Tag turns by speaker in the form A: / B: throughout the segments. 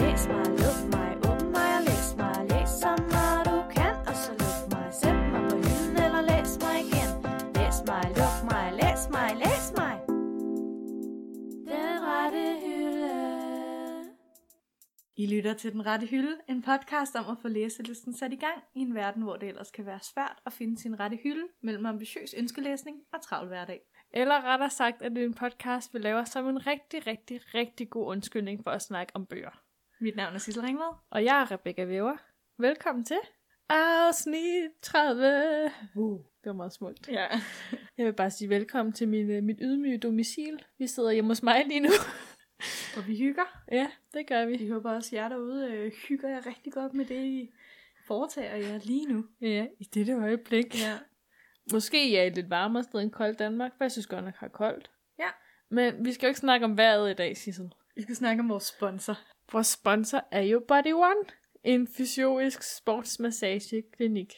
A: læs mig, luk mig, åbn mig og læs mig. Læs så meget du kan, og så luk mig. Sæt mig på hylden eller læs mig igen. Læs mig, luk mig, læs mig, læs mig. Den rette hylde.
B: I lytter til Den Rette Hylde, en podcast om at få læselisten sat i gang i en verden, hvor det ellers kan være svært at finde sin rette hylde mellem ambitiøs ønskelæsning og travl hverdag.
C: Eller rettere sagt, at det er en podcast, vi laver som en rigtig, rigtig, rigtig god undskyldning for at snakke om bøger.
B: Mit navn er Sissel Ringvad.
C: Og jeg er Rebecca Væver. Velkommen til afsnit 30. Uh, det var meget smukt.
B: Ja.
C: Jeg vil bare sige velkommen til min, øh, mit ydmyge domicil. Vi sidder hjemme hos mig lige nu.
B: Og vi hygger.
C: ja, det gør vi.
B: Vi håber også, at jer derude øh, hygger jer rigtig godt med det, I foretager jer lige nu.
C: Ja, i dette øjeblik.
B: Ja.
C: Måske er i et lidt varmere sted end koldt Danmark, for jeg synes godt nok har koldt.
B: Ja.
C: Men vi skal jo ikke snakke om vejret i dag, Sissel.
B: Vi skal snakke om vores sponsor.
C: Vores sponsor er jo Body One, en fysiologisk sportsmassageklinik.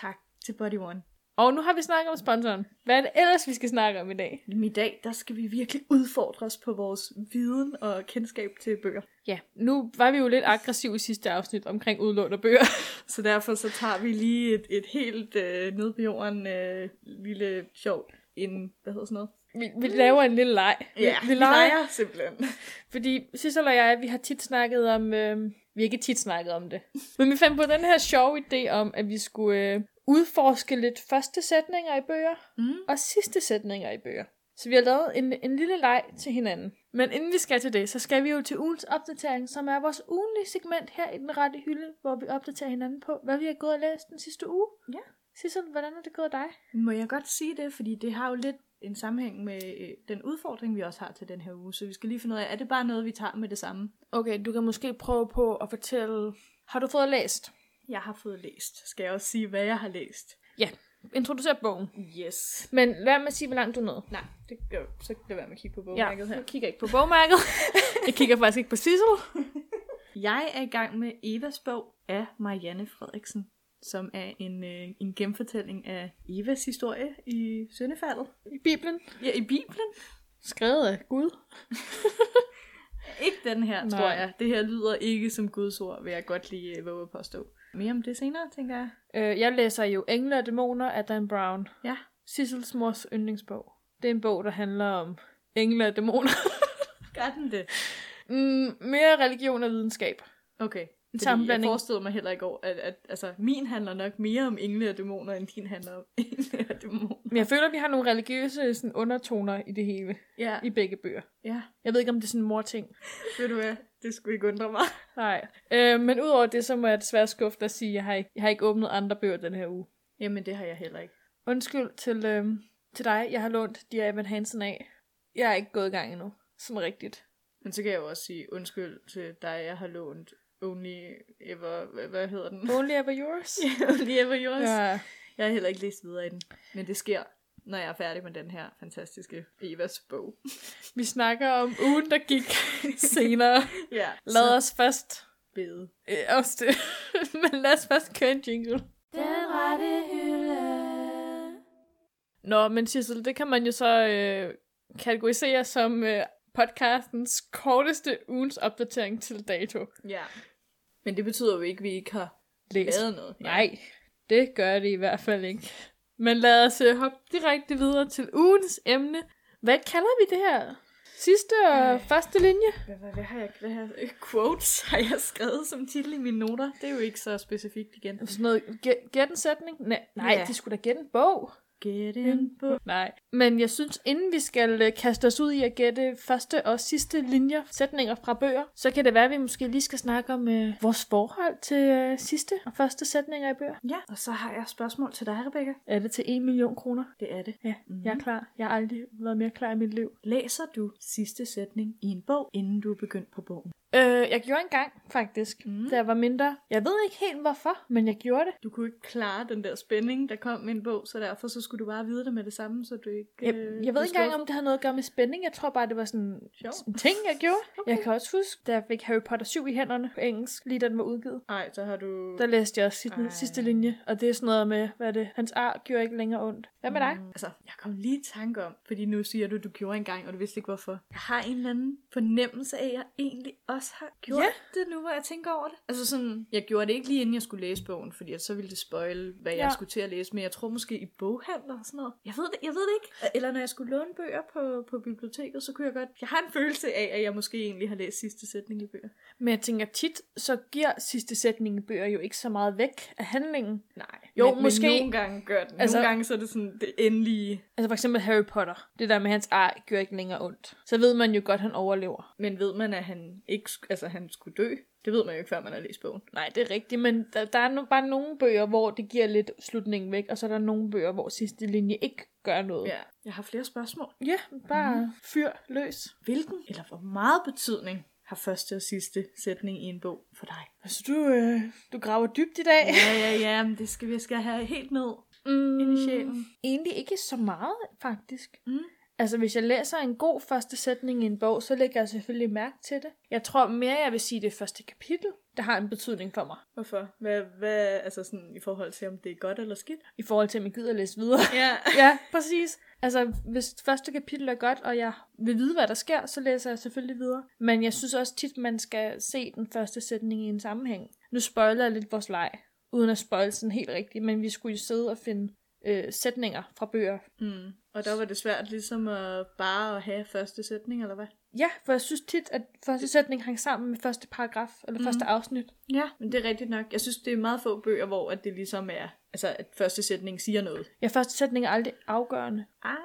B: Tak til Body One.
C: Og nu har vi snakket om sponsoren. Hvad er det ellers, vi skal snakke om i dag?
B: I dag, der skal vi virkelig udfordre os på vores viden og kendskab til bøger.
C: Ja, nu var vi jo lidt aggressive i sidste afsnit omkring udlån af bøger.
B: Så derfor så tager vi lige et, et helt øh, ned på jorden øh, lille sjov en, hvad hedder sådan noget?
C: Vi, vi laver en lille leg. Mm. vi, vi leger.
B: simpelthen.
C: Fordi Sissel og jeg, vi har tit snakket om... Øh, vi har ikke tit snakket om det. Men vi fandt på den her sjove idé om, at vi skulle øh, udforske lidt første sætninger i bøger.
B: Mm.
C: og sidste sætninger i bøger. Så vi har lavet en, en lille leg til hinanden. Men inden vi skal til det, så skal vi jo til ugens opdatering, som er vores ugenlige segment her i Den Rette Hylde, hvor vi opdaterer hinanden på, hvad vi har gået og læst den sidste uge.
B: Ja.
C: Sissel, hvordan er det gået dig?
B: Må jeg godt sige det, fordi det har jo lidt en sammenhæng med øh, den udfordring, vi også har til den her uge. Så vi skal lige finde ud af, er det bare noget, vi tager med det samme?
C: Okay, du kan måske prøve på at fortælle... Har du fået læst?
B: Jeg har fået læst. Skal jeg også sige, hvad jeg har læst?
C: Introducer bogen.
B: Yes.
C: Men lad mig sige, hvor langt du nåede.
B: Nej, det gør, så kan det være med at kigge på bogmærket ja. her.
C: jeg kigger ikke på bogmærket. jeg kigger faktisk ikke på Sissel.
B: Jeg er i gang med Evas bog af Marianne Frederiksen, som er en, øh, en genfortælling af Evas historie i Søndefaldet.
C: I Bibelen.
B: Ja, i Bibelen.
C: Skrevet af Gud.
B: Ikke den her, Nej.
C: Nej.
B: tror jeg. Det her lyder ikke som Guds ord, vil jeg godt lige øh, våge at påstå. Mere om det senere, tænker jeg.
C: Øh, jeg læser jo Engle og Dæmoner af Dan Brown.
B: Ja.
C: Sissels mors yndlingsbog. Det er en bog, der handler om engle og dæmoner.
B: Gør den det?
C: mm, mere religion og videnskab.
B: Okay.
C: En
B: Fordi jeg
C: sammenblanding.
B: forestillede mig heller i går, at, at altså, min handler nok mere om engle og dæmoner, end din handler om engle og dæmoner.
C: Men jeg føler, at vi har nogle religiøse sådan, undertoner i det hele.
B: Ja,
C: I begge bøger.
B: ja.
C: Jeg ved ikke, om det er sådan en mor-ting.
B: Ved du hvad? Det skulle ikke undre mig.
C: Nej. Øh, men udover det, så må jeg desværre skuffe dig og sige, at jeg har, ikke, jeg har ikke åbnet andre bøger den her uge.
B: Jamen, det har jeg heller ikke.
C: Undskyld til, øh, til dig. Jeg har lånt de af Evan Hansen af. Jeg er ikke gået i gang endnu. Sådan rigtigt.
B: Men så kan jeg jo også sige undskyld til dig, jeg har lånt Only Ever... Hvad, hvad hedder den?
C: Only ever yours.
B: only Ever Yours. Ja.
C: Ja.
B: Jeg har heller ikke læst videre i den. Men det sker, når jeg er færdig med den her fantastiske Evas bog.
C: Vi snakker om ugen, der gik senere.
B: ja.
C: Lad os først
B: bede.
C: Øh, også det. Men lad os først køre en jingle.
A: Den rette hylde.
C: Nå, men Sissel, det kan man jo så øh, kategorisere som øh, podcastens korteste ugens opdatering til dato.
B: Ja. Men det betyder jo ikke, at vi ikke har lavet noget. Ja.
C: Nej, det gør det i hvert fald ikke. Men lad os øh, hoppe direkte videre til ugens emne. Hvad kalder vi det her? Sidste og
B: Øh.
C: første linje?
B: Hvad, hvad, hvad, har jeg, hvad har jeg, quotes har jeg skrevet som titel i mine noter? Det er jo ikke så specifikt igen.
C: Sådan noget, gæ- gæt en sætning? Nej, nej
B: Ja.
C: ja. det skulle da gætte en bog.
B: Get in på.
C: Nej, men jeg synes, inden vi skal øh, kaste os ud i at gætte første og sidste linjer, sætninger fra bøger, så kan det være, at vi måske lige skal snakke om øh, vores forhold til øh, sidste og første sætninger i bøger.
B: Ja, og så har jeg spørgsmål til dig, Rebecca.
C: Er det til 1 million kroner?
B: Det er det.
C: Ja,
B: Mhm.
C: mm-hmm. jeg er klar. Jeg har aldrig været mere klar i mit liv.
B: Læser du sidste sætning i en bog, inden du er begyndt på bogen?
C: Øh, jeg gjorde engang, faktisk,
B: Mhm.
C: mm. da jeg var mindre. Jeg ved ikke helt hvorfor, men jeg gjorde det.
B: Du kunne ikke klare den der spænding, der kom med en bog, så derfor så skulle du bare vide det med det samme, så du ikke...
C: Jeg,
B: øh,
C: jeg ved
B: blev
C: ikke engang,
B: skuffet.
C: om det havde noget at gøre med spænding. Jeg tror bare, det var sådan
B: Sjovt.
C: en ting, jeg gjorde.
B: Okay.
C: Okay. Jeg kan også huske, da jeg fik Harry Potter 7 i hænderne på engelsk, lige da den var udgivet.
B: Nej, så har du...
C: Der læste jeg også sidste,
B: Ej.
C: sidste linje, og det er sådan noget med, hvad er det, hans ar gjorde ikke længere ondt. Hvad med dig?
B: Mm, altså, jeg kom lige i tanke om, fordi nu siger du, du gjorde engang, og du vidste ikke hvorfor. Jeg har en eller anden fornemmelse af, at jeg egentlig også også har gjort
C: Ja.
B: ja. det nu, hvor jeg tænker over det. Altså sådan, jeg gjorde det ikke lige inden jeg skulle læse bogen, fordi at så ville det spoil, hvad ja.
C: Ja.
B: jeg skulle til at læse. Men jeg tror måske i boghandler og sådan noget. Jeg ved det, jeg ved det ikke. Eller når jeg skulle låne bøger på, på biblioteket, så kunne jeg godt... Jeg har en følelse af, at jeg måske egentlig har læst sidste sætning i bøger.
C: Men jeg tænker tit, så giver sidste sætning i bøger jo ikke så meget væk af handlingen.
B: Nej.
C: Jo,
B: men,
C: måske-
B: Men nogle gange gør den. Altså,
C: Altså-
B: nogle gange så er det sådan det endelige.
C: Altså for eksempel Harry Potter. Det der med hans ej gør ikke længere ondt. Så ved man jo godt, at han overlever.
B: Men ved man, at han ikke, sk- altså, han skulle dø? Det ved man jo ikke, før man har læst bogen.
C: Nej, det er rigtigt, men der, der er no, bare nogle bøger, hvor det giver lidt slutningen væk, og så er der nogle bøger, hvor sidste linje ikke gør noget.
B: Ja. Jeg har flere spørgsmål.
C: ja bare mm. fyr løs.
B: Hvilken eller hvor meget betydning har første og sidste sætning i en bog for dig?
C: Altså, du, øh, du graver dybt i dag.
B: Ja, ja, ja, men det skal vi skal have helt ned
C: Mm,
B: ind i sjælen.
C: Egentlig ikke så meget, faktisk.
B: Mm.
C: Altså, hvis jeg læser en god første sætning i en bog, så lægger jeg selvfølgelig mærke til det. Jeg tror mere, jeg vil sige det første kapitel, der har en betydning for mig.
B: Hvorfor? Hvad, hvad, altså sådan i forhold til, om det er godt eller skidt?
C: I forhold til, om jeg gider læse videre.
B: Ja.
C: ja, præcis. Altså, hvis første kapitel er godt, og jeg vil vide, hvad der sker, så læser jeg selvfølgelig videre. Men jeg synes også tit, man skal se den første sætning i en sammenhæng. Nu spoiler jeg lidt vores leg, uden at spoil sådan helt rigtigt, men vi skulle jo sidde og finde øh, sætninger fra bøger.
B: Mm. Og der var det svært ligesom at bare at have første sætning, eller hvad?
C: Ja, for jeg synes tit, at første sætning hang sammen med første paragraf, eller mm.
B: Mhm.
C: første afsnit.
B: Ja. Men det er rigtigt nok. Jeg synes, det er meget få bøger, hvor at det ligesom er, altså at første sætning siger noget.
C: Ja, første sætning er aldrig afgørende.
B: Ah.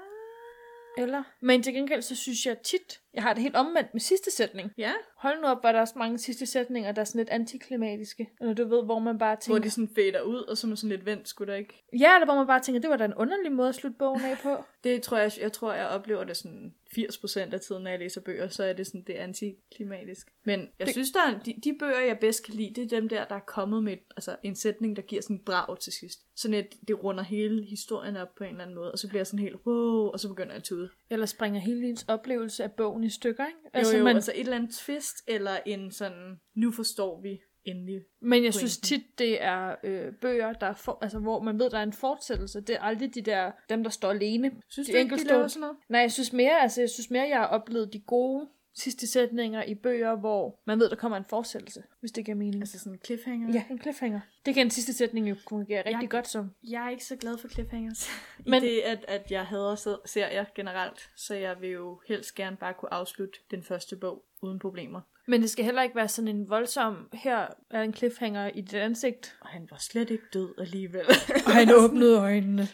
C: Eller? Men til gengæld, så synes jeg tit, jeg har det helt omvendt med sidste sætning.
B: Ja.
C: Hold nu op, hvor der er så mange sidste sætninger, der er sådan lidt antiklimatiske. Eller du ved, hvor man bare
B: Hvor
C: tænker...
B: de sådan fader ud, og så er man sådan lidt vendt, skulle der ikke
C: Ja, eller hvor man bare tænker, det var da en underlig måde at slutte bogen af på.
B: Det tror jeg, jeg tror, jeg oplever det sådan 80% af tiden, når jeg læser bøger, så er det sådan, det er antiklimatisk. Men jeg det...
C: Det-
B: synes, der er, de, de bøger, jeg bedst kan lide, det er dem der, der er kommet med et, altså, en sætning, der giver sådan et brag til sidst. Sådan at det runder hele historien op på en eller anden måde, og så bliver jeg sådan helt, wow, og så begynder jeg at tude.
C: Eller springer hele ens oplevelse af bogen i stykker, ikke?
B: Altså, jo, jo,
C: men,
B: man... altså et eller andet twist, eller en sådan, nu forstår vi endelig.
C: men jeg synes tit, det er øh, bøger, der er for, altså, hvor man ved, der er en fortsættelse. Det er aldrig de der, dem der står alene.
B: Synes
C: de
B: du ikke, de laver
C: enkeltstående-
B: sådan noget?
C: Nej, jeg synes mere, altså, jeg synes mere, jeg har oplevet de gode sidste sætninger i bøger, hvor man ved, der kommer en fortsættelse, hvis det giver mening.
B: Altså sådan cliffhanger.
C: Ja, en cliffhanger. Det kan en sidste sætning jo fungere rigtig godt som.
B: Jeg er ikke så glad for cliffhangers. I
C: Men-
B: Men... det, at, at jeg hader se- serier generelt, så jeg vil jo helst gerne bare kunne afslutte den første bog uden problemer.
C: Men det skal heller ikke være sådan en voldsom, her er en cliffhanger i dit ansigt.
B: Og han var slet ikke død alligevel.
C: Og han åbnede øjnene.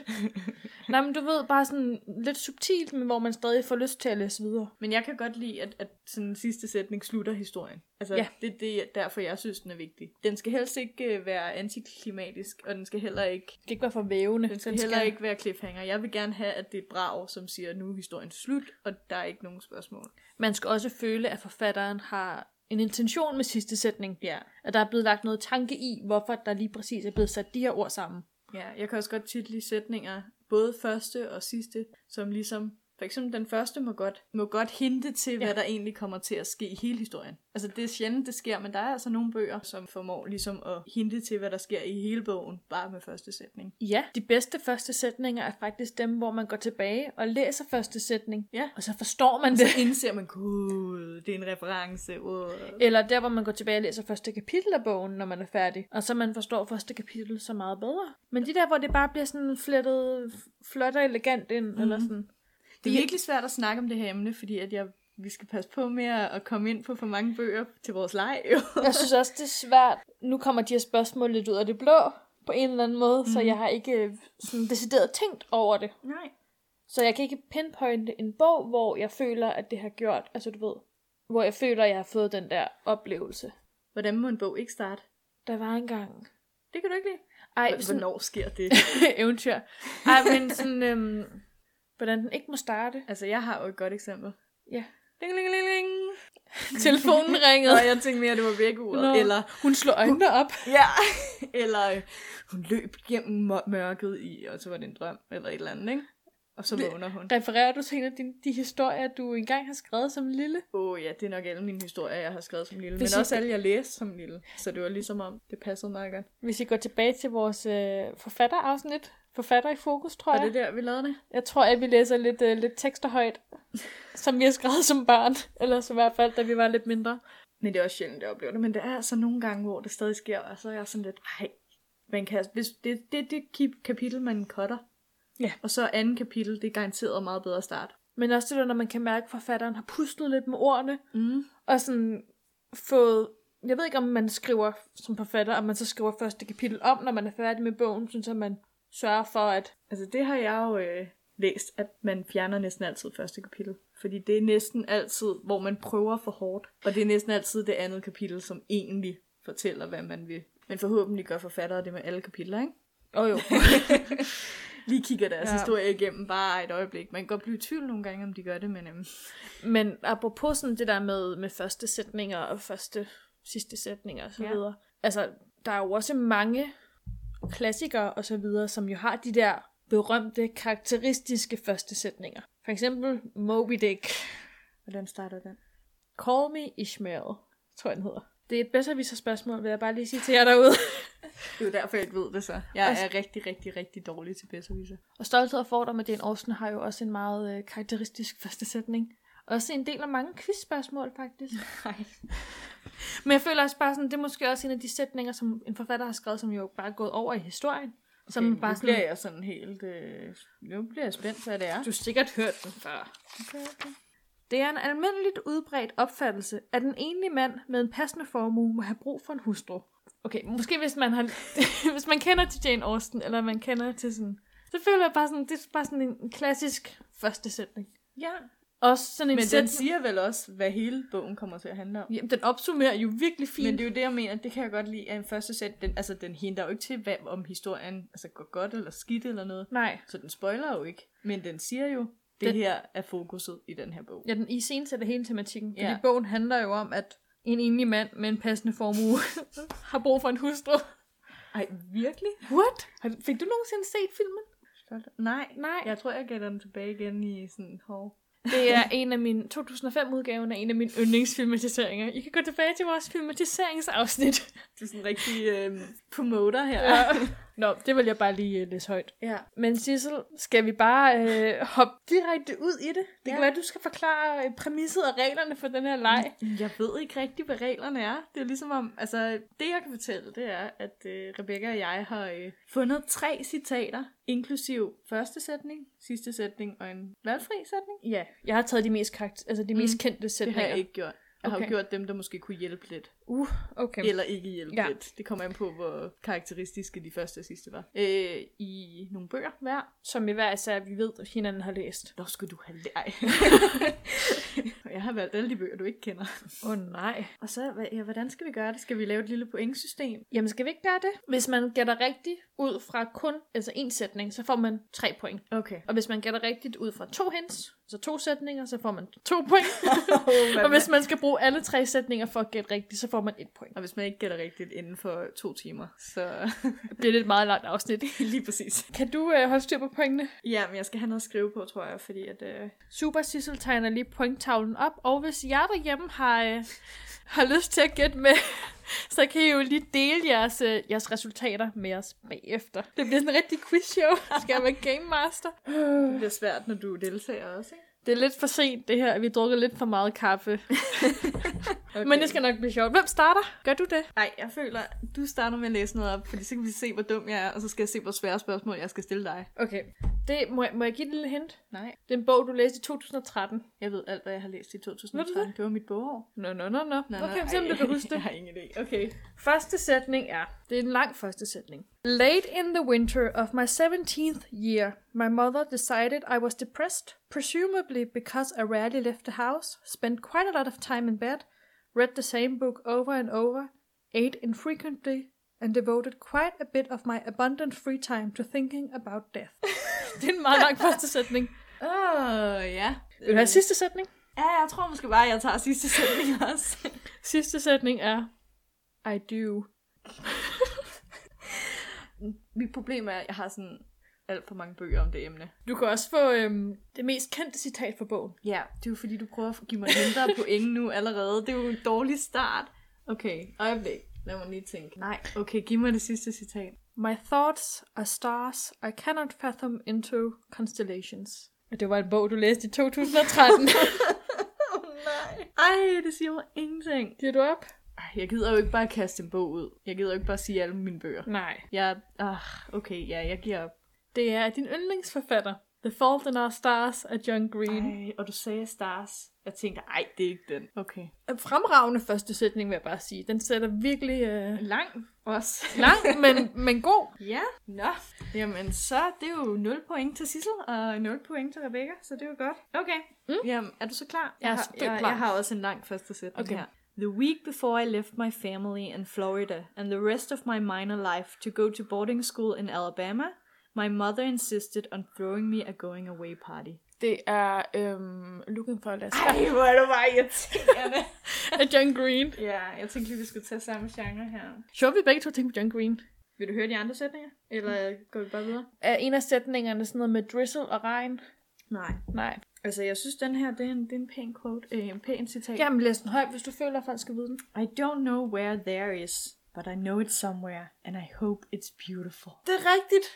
C: Nej, men du ved, bare sådan lidt subtilt, men hvor man stadig får lyst til at læse videre.
B: Men jeg kan godt lide, at, at sådan den sidste sætning slutter historien. Altså,
C: Ja.
B: ja. det, det er derfor, jeg synes, den er vigtig. Den skal helst ikke øh, være antiklimatisk, og den skal heller ikke,
C: Det kan ikke være for vævende.
B: den skal heller ikke være cliffhanger. Jeg vil gerne have, at det er et brag, som siger, nu er historien slut, og der er ikke nogen spørgsmål.
C: Man skal også føle, at forfatteren har en intention med sidste sætning.
B: Ja.
C: At der er blevet lagt noget tanke i, hvorfor der lige præcis er blevet sat de her ord sammen.
B: Ja, jeg kan også godt title sætninger, både første og sidste, som ligesom, for eksempel den første må godt, må godt hinte til, ja. hvad der egentlig kommer til at ske i hele historien. Altså det er sjældent, det sker, men der er altså nogle bøger, som formår ligesom at hinte til, hvad der sker i hele bogen, bare med første sætning.
C: Ja, de bedste første sætninger er faktisk dem, hvor man går tilbage og læser første sætning.
B: Ja.
C: Og så forstår man det.
B: Så indser man, gud, det er en reference. Wow.
C: Eller der, hvor man går tilbage og læser første kapitel af bogen, når man er færdig. Og så man forstår første kapitel så meget bedre. Men de der, hvor det bare bliver sådan flettet f- flot og elegant ind, mm. eller sådan.
B: Det er virkelig svært at snakke om det her emne, fordi at jeg, vi skal passe på med at komme ind på for mange bøger til vores leg. Jo.
C: Jeg synes også, det er svært. Nu kommer de her spørgsmål lidt ud af det blå, på en eller anden måde. Mm. Så jeg har ikke øh, sådan decideret tænkt over det.
B: Nej.
C: Så jeg kan ikke pinpointe en bog, hvor jeg føler, at det har gjort, altså du ved, hvor jeg føler, at jeg har fået den der oplevelse.
B: Hvordan må en bog ikke starte?
C: Der var engang.
B: Det kan du ikke lide.
C: Ej,
B: Hv-
C: sådan,
B: Hvornår sker det?
C: eventyr. Ej, men sådan, øhm, hvordan den ikke må starte.
B: Altså, jeg har jo et godt eksempel.
C: Ja.
B: Ding, ding, ding, ding.
C: Telefonen ringede.
B: Og jeg tænkte mere, at det var vækkeuret.
C: Nå.
B: Eller,
C: Hun slår øjnene op.
B: ja. eller øh, hun løb gennem mør- mørket i, og så var det en drøm, eller et eller andet, ikke? Og så vågner hun.
C: Refererer du til en af de, de historier, du engang har skrevet som lille?
B: Åh oh, ja, det er nok alle mine historier, jeg har skrevet som lille.
C: Hvis
B: Men
C: I-
B: også alle, jeg læste som lille. Så det var ligesom om, det passede meget godt.
C: Hvis I går tilbage til vores øh, forfatterafsnit, forfatter i fokus, tror
B: Var
C: jeg.
B: det der, vi lavede det?
C: Jeg tror, at vi læser lidt, øh, lidt tekster højt, som vi har skrevet som børn. Eller så i hvert fald, da vi var lidt mindre.
B: Men det er også sjældent, at jeg oplever det. Men der er altså nogle gange, hvor det stadig sker, og så er jeg sådan lidt, ej, man kan, hvis det, det er det ki- kapitel, man cutter.
C: Ja.
B: Og så andet kapitel, det er garanteret meget bedre start.
C: Men også det der, når man kan mærke, at forfatteren har puslet lidt med ordene,
B: Mm.
C: og sådan fået... Jeg ved ikke, om man skriver som forfatter, om man så skriver første kapitel om, når man er færdig med bogen, sådan så man sørger for, at...
B: Altså det har jeg jo øh, læst, at man fjerner næsten altid første kapitel. Fordi det er næsten altid, hvor man prøver for hårdt. Og det er næsten altid det andet kapitel, som egentlig fortæller, hvad man vil. Men forhåbentlig gør forfattere det med alle kapitler, ikke?
C: Åh oh, jo.
B: Lige kigger deres
C: Ja.
B: ja. historie igennem bare et øjeblik. Man kan godt blive i tvivl nogle gange, om de gør det, men øhm,
C: Men apropos sådan det der med, med første sætninger og første sidste sætninger og så
B: Ja.
C: videre. Altså, der er jo også mange klassikere og så videre, som jo har de der berømte, karakteristiske første sætninger. For eksempel Moby Dick.
B: hvordan starter den?
C: Call me Ishmael, tror jeg den hedder. Det er et bedre spørgsmål, vil jeg bare lige sige til jer derude.
B: Det er jo derfor, jeg ikke ved det så. Jeg
C: Altså-
B: er rigtig, rigtig, rigtig dårlig til bedserviser.
C: Og Stolthed og Fordom af Jane Austen har jo også en meget øh, karakteristisk første sætning. Også en del af mange quizspørgsmål, faktisk.
B: Nej.
C: Men jeg føler også bare sådan, det er måske også en af de sætninger, som en forfatter har skrevet, som jo bare er gået over i historien. Okay,
B: Som
C: som
B: okay,
C: bare
B: bare
C: sådan,
B: bliver jeg sådan helt... Øh, nu bliver jeg spændt, hvad det er.
C: du har sikkert hørt den før. Det er en almindeligt udbredt opfattelse, at en enlig mand med en passende formue må have brug for en hustru. Okay, måske hvis man, har, hvis man kender til Jane Austen, eller man kender til sådan... Så føler jeg bare sådan, det er bare sådan en klassisk første sætning.
B: Ja.
C: Også sådan en
B: Men den
C: sætning,
B: siger vel også, hvad hele bogen kommer til at handle om.
C: Jamen, den opsummerer jo virkelig fint.
B: Men det er jo det, jeg mener. Det kan jeg godt lide, at en første sæt, den, altså den hinder jo ikke til, hvad, om historien altså, går godt eller skidt eller noget.
C: Nej.
B: Så den spoiler jo ikke. Men den siger jo, det
C: Den-
B: her er fokuset i den her bog.
C: Ja, den iscenesætter hele tematikken. Ja.
B: Ja.
C: Fordi bogen handler jo om, at en enlig mand med en passende formue har brug for en hustru.
B: Ej, virkelig?
C: What? Har du- Fik du nogensinde set filmen?
B: Nej.
C: Nej.
B: Jeg tror, jeg gætter den tilbage igen i sådan hår.
C: Det er en af mine 2005-udgaven af en af mine yndlingsfilmatiseringer. I kan gå tilbage til vores filmatiseringsafsnit.
B: Du er sådan en rigtig øh, promoter her.
C: Ja. Nå, det vil jeg bare lige øh, læse højt.
B: ja.
C: Men Sissel, skal vi bare øh, hoppe direkte ud i det? Det
B: Ja.
C: ja. kan være, at du skal forklare øh, præmisset og reglerne for den her leg.
B: Jeg ved ikke rigtig, hvad reglerne er. Det er ligesom om, altså det jeg kan fortælle, det er, at øh, Rebecca og jeg har øh, fundet tre citater, inklusiv første sætning, sidste sætning og en valgfri sætning.
C: Ja, jeg har taget de mest, karakter- altså de
B: Mm.
C: mest kendte
B: Det
C: sætninger.
B: har jeg ikke gjort. Jeg har
C: Okay.
B: jo gjort dem, der måske kunne hjælpe lidt,
C: Uh, okay.
B: eller ikke hjælpe
C: Ja.
B: ja. lidt. Det kommer an på, hvor karakteristiske de første og sidste var. Øh, I nogle bøger hver.
C: Som i hver især, vi ved, at hinanden har læst.
B: Nå, skal du have leg. jeg har valgt alle de bøger, du ikke kender.
C: Åh oh, nej.
B: Og så, hvad- ja, hvordan skal vi gøre det? Skal vi lave et lille pointsystem?
C: Jamen, skal vi ikke gøre det? Hvis man gætter rigtigt ud fra kun altså en sætning, så får man tre point.
B: Okay.
C: Og hvis man gætter rigtigt ud fra to hints, så to sætninger, så får man to point. og
B: Og
C: hvis man skal bruge alle tre sætninger for at gætte rigtigt, så får man et point.
B: Og hvis man ikke gætter rigtigt inden for to timer, så
C: Det bliver det et meget langt afsnit.
B: lige præcis.
C: Kan du øh, holde styr på pointene?
B: Ja, men jeg skal have noget at skrive på, tror jeg, fordi at... Øh...
C: Super Sissel tegner lige pointtavlen op, og hvis jer derhjemme har, øh, har lyst til at gætte med, så kan I jo lige dele jeres, øh, jeres resultater med os bagefter. Det bliver sådan en rigtig quizshow. Skal jeg være game master?
B: Det bliver svært, når du deltager også, ikke?
C: Det er lidt for sent det her, vi drukker lidt for meget kaffe. Okay.
B: Okay.
C: Men det skal nok blive sjovt. Hvem starter? Gør du det?
B: Ej, jeg føler, du starter med at læse noget op, fordi så kan vi se, hvor dum jeg er, og så skal jeg se, hvor svære spørgsmål jeg skal stille dig.
C: Okay. Det, må, jeg, må jeg give et lille hint?
B: Nej.
C: Det er en bog, du læste i 2013.
B: Jeg ved alt, hvad jeg har læst i
C: Ved du
B: 2013. Det var mit bogår.
C: Nå, nå, nå, nå.
B: Nå,
C: Okay,
B: nå,
C: så om
B: ej,
C: du kan huske det.
B: Jeg har ingen idé. Okay.
C: Første sætning er, det er en lang første sætning. Late in the winter of my 17th year, my mother decided I was depressed, presumably because I rarely left the house, spent quite a lot of time in bed, read the same book over and over, ate infrequently, and devoted quite a bit of my abundant free time to thinking about death. det er en meget lang første sætning.
B: Åh, oh, ja.
C: Vil du have sidste sætning?
B: Ja, jeg tror måske bare, jeg tager sidste sætning også.
C: Sidste sætning er, I do.
B: Mit problem er, at jeg har sådan alt for mange bøger om det emne.
C: Du kan også få øhm, det mest kendte citat fra bogen.
B: Ja, det er jo fordi, du prøver at give mig mindre point nu allerede. Det er jo en dårlig start. Okay, øjeblik. Lad mig lige tænke. Nej, okay, giv mig det sidste citat.
C: My thoughts are stars I cannot fathom into constellations. Og det var en bog, du læste i 2013.
B: Oh, nej. Ej, det siger mig ingenting.
C: Giver du op?
B: Ej, jeg gider jo ikke bare kaste en bog ud. Jeg gider jo ikke bare sige alle mine bøger.
C: Nej.
B: Jeg, ah, okay, ja, jeg giver op.
C: Det er din yndlingsforfatter. The Fault in Our Stars af John Green.
B: Ej, og du sagde Stars. Jeg tænkte, ej, det er ikke den. Mm. Okay.
C: En fremragende første sætning, vil jeg bare sige. Den sætter virkelig øh,
B: Lang også.
C: lang, men, men god.
B: Ja, nå. Jamen, så det er jo 0 point til Sissel og 0 point til Rebecca, så det er jo godt. Okay. Mm. Jamen, er du så klar?
C: Jeg er
B: har,
C: stødt
B: jeg,
C: klar.
B: jeg har også en lang første sætning
C: Okay.
B: her. The week before I left my family in Florida and the rest of my minor life to go to boarding school in Alabama, my mother insisted on throwing me a going away party.
C: Det er øhm, Looking for Alaska
B: Ej, hvor er du bare irriterende.
C: af John Green.
B: ja, jeg tænkte lige, vi skulle tage samme genre her.
C: Sjovt, vi begge to tænkte på John Green.
B: Vil du høre de andre sætninger? Eller går vi bare videre?
C: Er en af sætningerne sådan noget med drizzle og regn?
B: Nej.
C: Nej.
B: Altså, jeg synes, den her, det er en, det er en pæn quote, øh, en pæn citat.
C: Jamen læs den højt, hvis du føler, at folk skal vide den.
B: I don't know where there is, but I know it's somewhere, and I hope it's beautiful.
C: Det er rigtigt.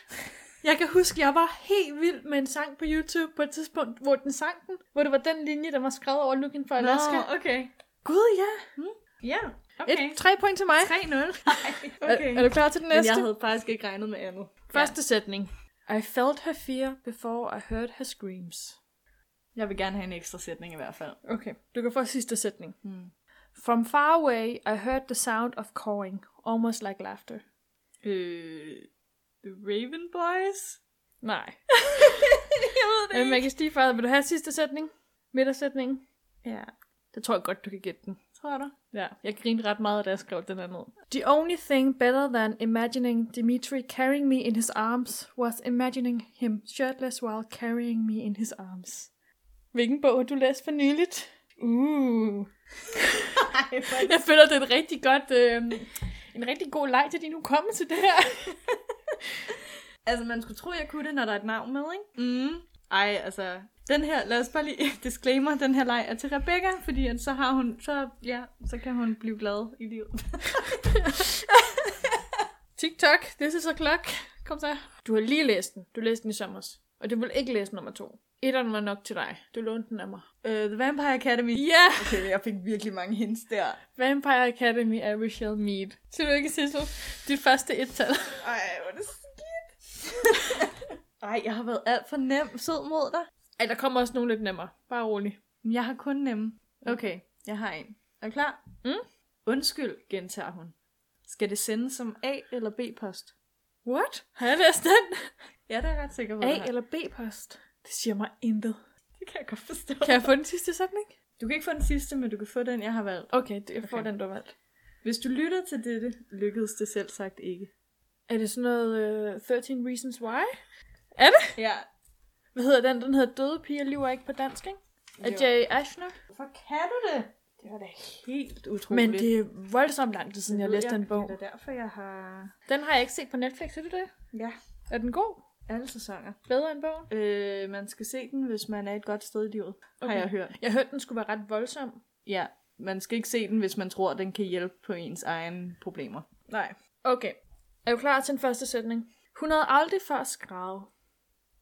C: Jeg kan huske, jeg var helt vild med en sang på YouTube på et tidspunkt, hvor den sang den, hvor det var den linje, der var skrevet over Looking for Alaska.
B: Nå, okay.
C: Gud, ja.
B: Ja,
C: Et, tre point til mig.
B: 3-0.
C: Okay. Er, er du klar til den næste?
B: havde faktisk ikke regnet med andet. Først,
C: Første sætning. I felt her fear before I heard her screams.
B: jeg vil gerne have en ekstra sætning i hvert fald.
C: Okay, du kan få sidste sætning. Hmm. From far away I heard the sound of cawing, almost like laughter.
B: Øh, The Raven Boys?
C: Nej.
B: jeg ved
C: Øh, man kan stige for, vil du have sidste sætning? Midtersætningen?
B: Ja.
C: Det tror jeg godt, du kan gætte den.
B: Tror du?
C: Ja, jeg grinede ret meget, da jeg skrev den her ned. The only thing better than imagining Dimitri carrying me in his arms was imagining him shirtless while carrying me in his arms. Hvilken bog har du læst for nyligt? Uh. jeg føler, det er et rigtig godt, øh, en rigtig god leg til din hukommelse, det her.
B: Altså, man skulle tro, jeg kunne det, når der er et navn med, ikke? Mm. Ej, altså, den her, lad os bare lige disclaimer, den her leg er til Rebecca, fordi at så har hun, så, ja, så kan hun blive glad i livet.
C: TikTok, this is a clock. Kom så. Du har lige læst den. Du læste den i sommer. Og du vil ikke læse nummer to. Etteren var nok til dig. Du lånte den af mig.
B: Uh, The Vampire Academy.
C: Ja! Yeah!
B: Okay, jeg fik virkelig mange hints der.
C: Vampire Academy af Michelle Mead. Tillykke, Sissel. Dit første et-tal.
B: Ej, hvor er det skidt. Ej, jeg har været alt for nem, sød mod dig.
C: Ej, der kommer også nogle lidt nemmere. Bare rolig.
B: Men Jeg har kun nemme. Okay, jeg har en. Er du klar?
C: Mm.
B: Undskyld, gentager hun. Skal det sendes som A- eller B-post?
C: What? Har jeg læst den?
B: Ja, det er jeg ret sikker på. du har.
C: A- eller B-post? Det siger mig intet.
B: Det kan jeg godt forstå.
C: Kan jeg få den sidste sætning?
B: Du kan ikke få den sidste, men du kan få den, jeg har valgt.
C: Okay, det, jeg får
B: Okay.
C: den, du har valgt.
B: Hvis du lytter til dette, lykkedes det selv sagt ikke.
C: Er det sådan noget uh, 13 Reasons Why? Er det?
B: Ja.
C: Hvad hedder den? Den hedder Døde piger lyver ikke på dansk, ikke? Af
B: Jo.
C: Jay Ashner.
B: Hvorfor kan du det?
C: Det var da
B: Helt utroligt.
C: Men det er voldsomt lang tid siden, jeg læste den bog.
B: Det er derfor, jeg har...
C: Den har jeg ikke set på Netflix, er det det?
B: Ja,
C: Er den god?
B: alle sæsoner.
C: Bedre end bogen?
B: Øh, man skal se den, hvis man er et godt sted i livet, okay.
C: Okay.
B: har jeg hørt.
C: Jeg hørte, den skulle være ret voldsom.
B: Ja, man skal ikke se den, hvis man tror, den kan hjælpe på ens egne problemer.
C: Nej. Okay. Er du klar til den første sætning? Hun havde aldrig før skrevet.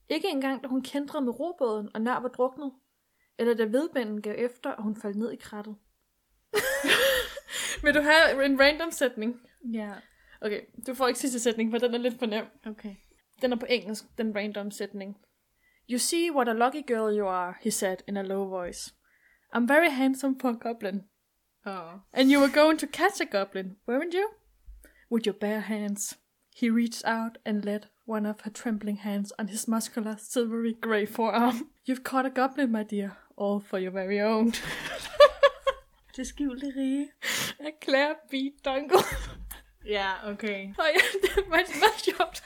C: Ikke engang, da hun kendte med robåden og nær var druknet. Eller da vedbænden gav efter, og hun faldt ned i krattet. Vil du have en random sætning?
B: Ja,
C: Okay, du får ikke sidste sætning, for den er lidt for nem.
B: okay.
C: Den er på engelsk, den random sætning. You see what a lucky girl you are, he said in a low voice. I'm very handsome for a goblin.
B: Oh.
C: And you were going to catch a goblin, weren't you? With your bare hands. He reached out and laid one of her trembling hands on his muscular, silvery grey forearm. You've caught a goblin, my dear, all for your very own.
B: Det skjulte rige.
C: Erklær beat dongle.
B: Ja, okay.
C: Og ja, det var meget sjovt.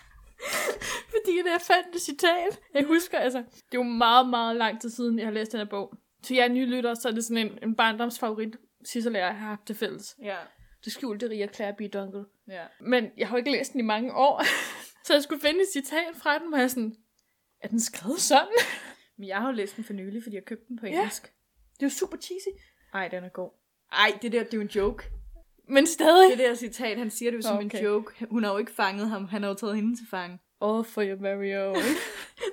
C: Fordi da jeg fandt det citat, jeg husker altså, det er jo meget, meget lang tid siden, jeg har læst den her bog. Til jer nye lyttere, så er det sådan en, en barndomsfavorit, Sissel og jeg har haft til fælles.
B: Ja,
C: Det skjulte rige Claire B. Dunkel.
B: ja.
C: Men jeg har jo ikke læst den i mange år. så jeg skulle finde et citat fra den, hvor jeg sådan, er den skrevet sådan?
B: Men jeg har jo læst den for nylig, fordi jeg købte den på
C: Ja.
B: engelsk.
C: Det er jo super cheesy.
B: Ej, den er god. Ej, det der, det er jo en joke.
C: Men stadig.
B: Det der citat, han siger det jo som
C: Okay.
B: en joke. Hun har jo ikke fanget ham, han har jo taget hende til fange.
C: All for your very own.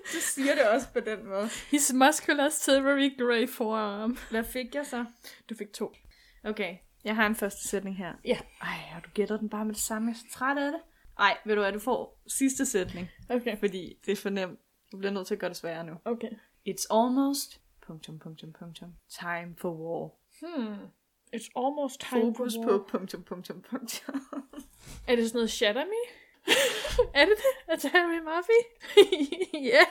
B: Du siger det også på den måde.
C: His muscular silvery grey forearm.
B: Hvad fik jeg så? Du fik to. Okay, jeg har en første sætning her.
C: Ja.
B: Ej, og du gætter den bare med det samme. Jeg er så træt af det. Ej, ved du hvad, du får sidste sætning,
C: Okay.
B: fordi det er for nemt. Du bliver nødt til at gøre det sværere nu.
C: Okay.
B: It's almost... Punktum, punktum, punktum. Time for war.
C: Hmm. It's almost time
B: Fokus
C: for war.
B: på punktum, punktum, punktum.
C: Er det sådan noget Shatter Me? er det det? Er det Harry Murphy? ja.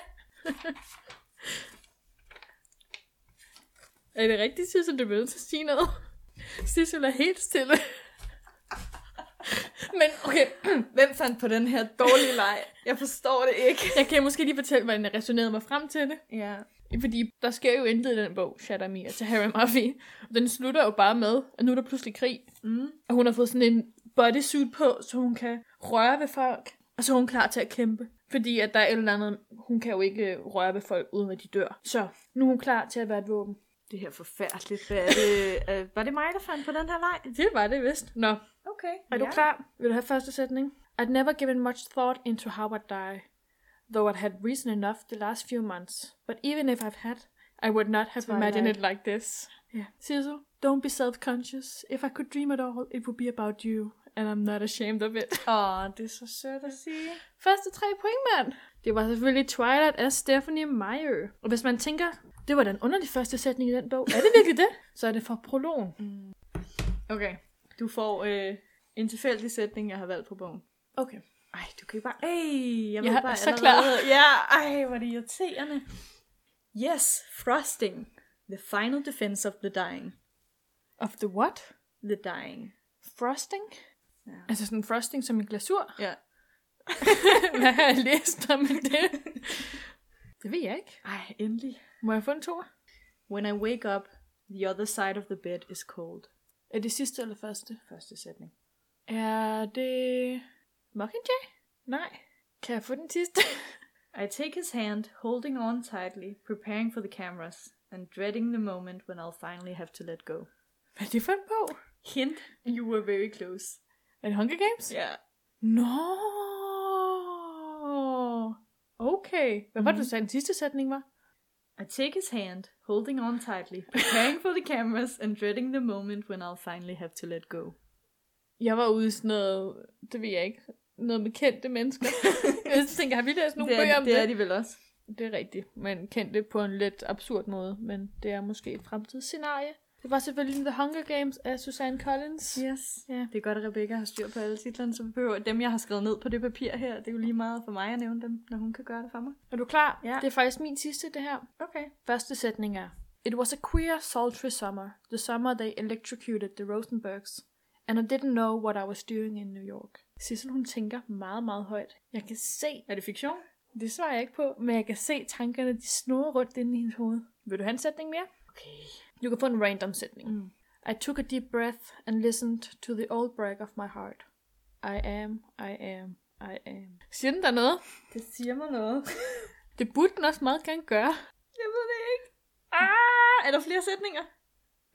C: er det rigtigt, Sissel? Du bliver nødt til at sige noget. Sissel er helt stille. Men okay,
B: Hvem fandt på den her dårlige leg? Jeg forstår det ikke.
C: jeg kan måske lige fortælle, hvordan jeg resonerede mig frem til det.
B: Ja.
C: Fordi der sker jo intet i den bog, Shatter Me, altså Harry Murphy. Og den slutter jo bare med, at nu er der pludselig krig.
B: Mm.
C: Og hun har fået sådan en bodysuit på, så hun kan røre ved folk. Og så er hun klar til at kæmpe. Fordi at der er et eller andet, hun kan jo ikke øh, røre ved folk, uden at de dør. Så nu er hun klar til at være et våben.
B: Det her er forfærdeligt. Hvad er det? øh, var det mig, der fandt på den her leg?
C: Det var det vist. Nå,
B: Okay.
C: er du klar? Vil du have første sætning? I'd never given much thought into how I'd die. Though I'd had reason enough the last few months. But even if I've had, I would not have
B: Twilight.
C: imagined it like this. Yeah. Sissel, don't be self-conscious. If I could dream at all, it would be about you. And I'm not ashamed of it.
B: Åh, det er så sødt at sige.
C: Første tre point, mand. Det var selvfølgelig Twilight af Stephanie Meyer. Og hvis man tænker, det var den underlige første sætning i den bog. Er det virkelig det? Så er det fra prologen.
B: Mm. Okay. Du får øh, en tilfældig sætning, jeg har valgt på bogen.
C: Okay.
B: Ej, du kan jo bare... Ej, jeg, ved
C: Jeg er
B: bare
C: så
B: allerede- Ja, ej, hvor er det irriterende. Yes, frosting. The final defense of the dying.
C: Of the what?
B: The dying.
C: Frosting?
B: Ja.
C: Altså sådan frosting som en glasur?
B: Ja.
C: Hvad har jeg læst om det? det ved jeg ikke.
B: Ej, endelig.
C: Må jeg få en to?
B: When I wake up, the other side of the bed is cold.
C: Er det sidste eller første?
B: Første sætning.
C: Er det... Mockingjay? Nej. Kan jeg få den sidste?
B: I take his hand, holding on tightly, preparing for the cameras, and dreading the moment when I'll finally have to let go.
C: Hvad er det for en bog?
B: Hint, you were very close.
C: Er det Hunger Games?
B: Ja.
C: Nå. Okay. Hvad var det,
B: Mhm.
C: du sagde, den sidste sætning var?
B: I take his hand, holding on tightly, preparing for the cameras, and dreading the moment when I'll finally have to let go.
C: Jeg var ude i sådan noget, det ved jeg ikke, noget med kendte mennesker. jeg tænker, har vi læst nogle
B: det,
C: bøger
B: er,
C: om
B: det er
C: det?
B: de vel også.
C: Det er rigtigt, men kendte på en lidt absurd måde, men det er måske et fremtidsscenarie. Det var selvfølgelig The Hunger Games af Susanne Collins.
B: Yes.
C: Ja.
B: Det er godt, at Rebecca har styr på alle titlerne, så vi behøver dem, jeg har skrevet ned på det papir her. Det er jo lige meget for mig at nævne dem, når hun kan gøre det for mig.
C: Er du klar?
B: Ja.
C: Det er faktisk min sidste, det her.
B: Okay.
C: Første sætning er, It was a queer, sultry summer, the summer they electrocuted the Rosenbergs, and I didn't know what I was doing in New York. Sissel, hun tænker meget, meget højt. Jeg kan se,
B: Er det fiktion?
C: det svarer jeg ikke på, men jeg kan se tankerne, de snurrer rundt inde i hendes hoved. Vil du have en sætning mere?
B: Okay.
C: Du kan få en random sætning.
B: Mm.
C: I took a deep breath and listened to the old brag of my heart. I am, I am, I am. Siger den der noget?
B: Det siger mig noget.
C: Det burde den også meget gerne gøre.
B: Jeg ved det ikke. Ah, er der flere sætninger?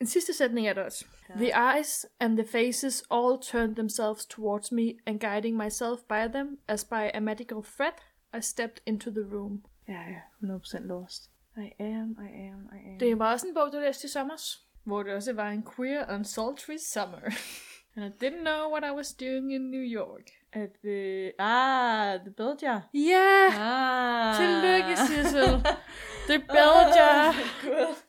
C: En sidste sætning er der også.
B: Ja.
C: The eyes and the faces all turned themselves towards me, and guiding myself by them as by a magical thread, I stepped into the room.
B: Ja, ja. 100% lost. I am, I am, I am.
C: Det var også en bog, du læste i sommer, hvor det også var en queer and sultry summer. and I didn't know what I was doing in New York.
B: At, øh, ah, The Belgier.
C: Ja! Yeah!
B: Ah.
C: Tillykke, Sissel! The Belgier!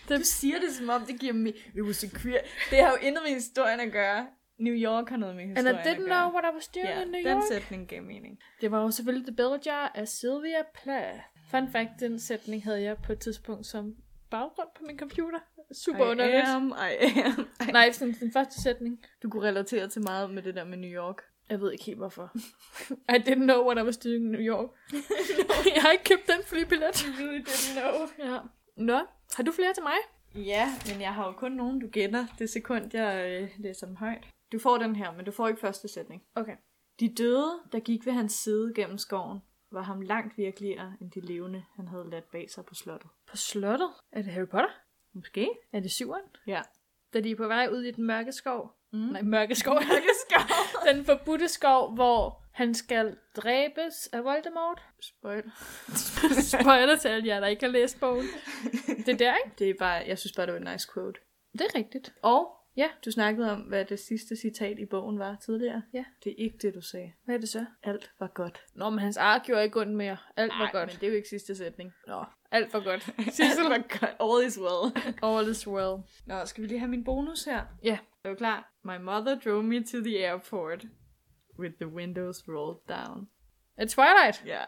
B: Du siger det, som om det giver mig... It was a queer... Det har jo intet med historien at gøre. New York har noget med
C: And
B: historien
C: I
B: at
C: didn't
B: gøre.
C: know what I was doing
B: Ja,
C: in New
B: den
C: York.
B: sætning gav mening.
C: Det var jo selvfølgelig The Bell Jar af Sylvia Plath. Fun fact, den sætning havde jeg på et tidspunkt som baggrund på min computer. Super
B: I
C: underligt.
B: am, I am.
C: Nej, sådan den første sætning.
B: Du kunne relatere til meget med det der med New York.
C: Jeg ved ikke helt hvorfor. I didn't know what I was doing in New York. jeg har ikke købt den flybillet.
B: Really didn't know.
C: Ja. Nå, har du flere til mig?
B: Ja, men jeg har jo kun nogen, du gætter det sekund, jeg øh, læser dem højt. Du får den her, men du får ikke første sætning.
C: Okay.
B: De døde, der gik ved hans side gennem skoven, var ham langt virkeligere end de levende, han havde ladt bag sig på slottet.
C: På slottet? Er det Harry Potter?
B: Måske?
C: Er det syveren?
B: Ja.
C: Da de er på vej ud i den mørke skov.
B: Mm.
C: Nej, mørke skov.
B: Mørke skov.
C: den forbudte skov, hvor Han skal dræbes af Voldemort.
B: Spoil.
C: Spoiler til alle jer, der ikke har læst bogen. Det er der, ikke?
B: Det er bare, jeg synes bare, det var en nice quote.
C: Det er rigtigt.
B: Og
C: Ja.
B: du snakkede om, hvad det sidste citat i bogen var tidligere.
C: Ja.
B: Det er ikke det, du sagde.
C: Hvad er det så?
B: Alt var godt.
C: Nå, men hans ark gjorde ikke ondt mere. Alt var
B: Ej,
C: godt.
B: men det er jo ikke sidste sætning.
C: Nå, alt var godt.
B: Sissel var godt. All is well.
C: All is well.
B: Nå, skal vi lige have min bonus her?
C: Ja.
B: Er du klar? My mother drove me to the airport. With the windows rolled down.
C: Er det Twilight?
B: Ja.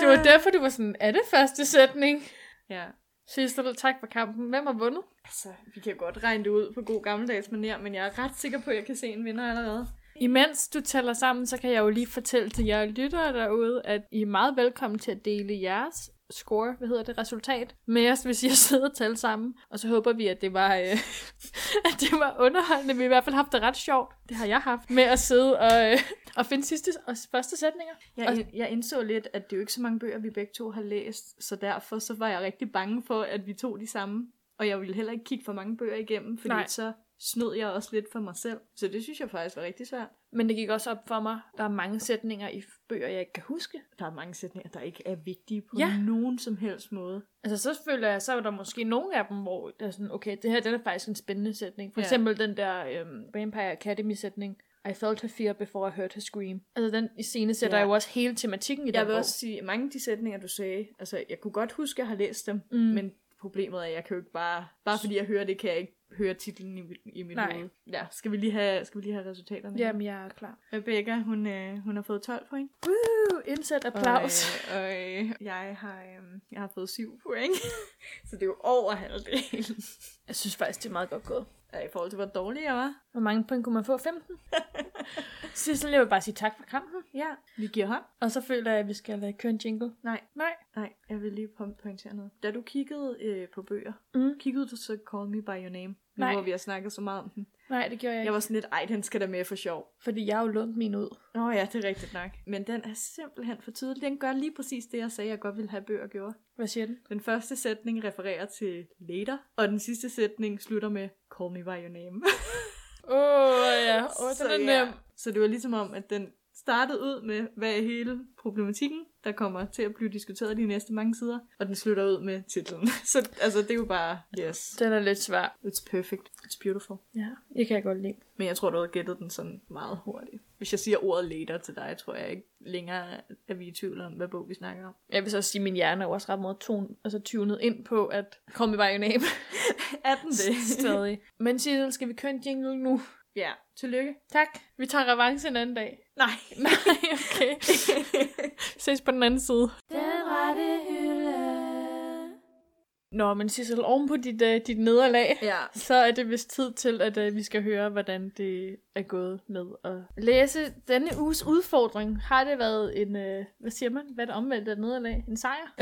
C: Det var derfor, du var sådan, er det første sætning?
B: ja.
C: Sidste tak for kampen. Hvem har vundet?
B: Altså, vi kan jo godt regne det ud på god gammeldags manier, men jeg er ret sikker på, at jeg kan se en vinder allerede.
C: Imens du tæller sammen, så kan jeg jo lige fortælle til jer lyttere derude, at I er meget velkommen til at dele jeres score, hvad hedder det, resultat, med os, hvis I har siddet og talt sammen. Og så håber vi, at det var, øh, at det var underholdende. Vi har i hvert fald haft det ret sjovt. Det har jeg haft. Med at sidde og, øh, og finde sidste og første sætninger.
B: Jeg, ind- jeg indså lidt, at det er jo ikke så mange bøger, vi begge to har læst, så derfor så var jeg rigtig bange for, at vi tog de samme. Og jeg ville heller ikke kigge for mange bøger igennem, fordi
C: Nej.
B: Nej. så snød jeg også lidt for mig selv. Så det synes jeg faktisk var rigtig svært.
C: Men det gik også op for mig, der er mange sætninger i bøger, jeg ikke kan huske.
B: Der er mange sætninger, der ikke er vigtige på
C: Ja.
B: ja. nogen som helst måde.
C: Altså, så føler jeg, så er der måske nogle af dem, hvor det er sådan, okay, det her den er faktisk en spændende sætning. For
B: Ja.
C: eksempel den der øhm, Vampire Academy-sætning. I felt her fear before I heard her scream. Altså, den i scene sætter
B: Ja.
C: jo også hele tematikken i den
B: Jeg vil
C: bog.
B: også sige, at mange af de sætninger, du sagde, altså jeg kunne godt huske, at jeg har læst dem,
C: Mm.
B: mm. men problemet er, at jeg kan jo ikke bare, bare fordi jeg hører det, kan jeg ikke høre titlen i, mit- i mit
C: Nej.
B: hoved. Ja, skal vi lige have, skal vi lige have resultaterne?
C: Jamen, jeg er klar.
B: Rebecca, hun, øh, hun har fået 12 point.
C: Woo! Indsat applaus.
B: Og, øh, og øh, jeg, har, øh, jeg har fået 7 point. så det er jo over halvdelen.
C: Jeg synes faktisk, det er meget godt gået.
B: Ja, I forhold til, hvor dårlig jeg var.
C: Hvor mange point kunne man få? 15? Sissel, jeg vil bare sige tak for kampen.
B: Ja. Vi giver hånd.
C: Og så føler jeg, at vi skal øh, køre en jingle.
B: Nej,
C: Nej.
B: nej, jeg vil lige pom- pointere noget. Da du kiggede øh, på bøger,
C: Mm.
B: kiggede du så Call Me By Your Name? Nu
C: Nej.
B: hvor vi har snakket så meget om den.
C: Nej, det gjorde jeg ikke.
B: Jeg var sådan lidt, ej, den skal da med for sjov.
C: Fordi jeg har jo lånt min ud.
B: Nå ja, det er rigtigt nok. Men den er simpelthen for tydelig. Den gør lige præcis det, jeg sagde, jeg godt ville have bøger gjorde.
C: Hvad siger den?
B: Den første sætning refererer til later, og den sidste sætning slutter med Call me by your name.
C: Åh, oh, ja. Åh, oh,
B: så,
C: den er
B: ja.
C: nem.
B: så det var ligesom om, at den startede ud med, hvad er hele problematikken, der kommer til at blive diskuteret de næste mange sider, og den slutter ud med titlen. Så altså, det er jo bare, yes,
C: Den er lidt svær.
B: it's perfect, it's beautiful.
C: Ja, det kan jeg godt lide.
B: Men jeg tror, du har gættet den sådan meget hurtigt. Hvis jeg siger ordet later til dig, tror jeg ikke længere, at vi er i tvivl om, hvad bog vi snakker om.
C: Jeg vil så også sige, at min hjerne er jo også ret meget ton, altså tunet ind på, at kom i vej i name
B: Er den det?
C: stadig. Men Sissel, skal vi køre en jingle nu?
B: ja, tillykke.
C: Tak. Vi tager revanche en anden dag.
B: Nej.
C: Nej, okay. Ses på den anden side.
A: Den rette hylde.
C: Nå, men Sissel, oven på dit, uh, dit nederlag,
B: ja.
C: så er det vist tid til, at uh, vi skal høre, hvordan det er gået med at læse denne uges udfordring. Har det været en, uh, hvad siger man, hvad er det omvendt af et nederlag? En sejr?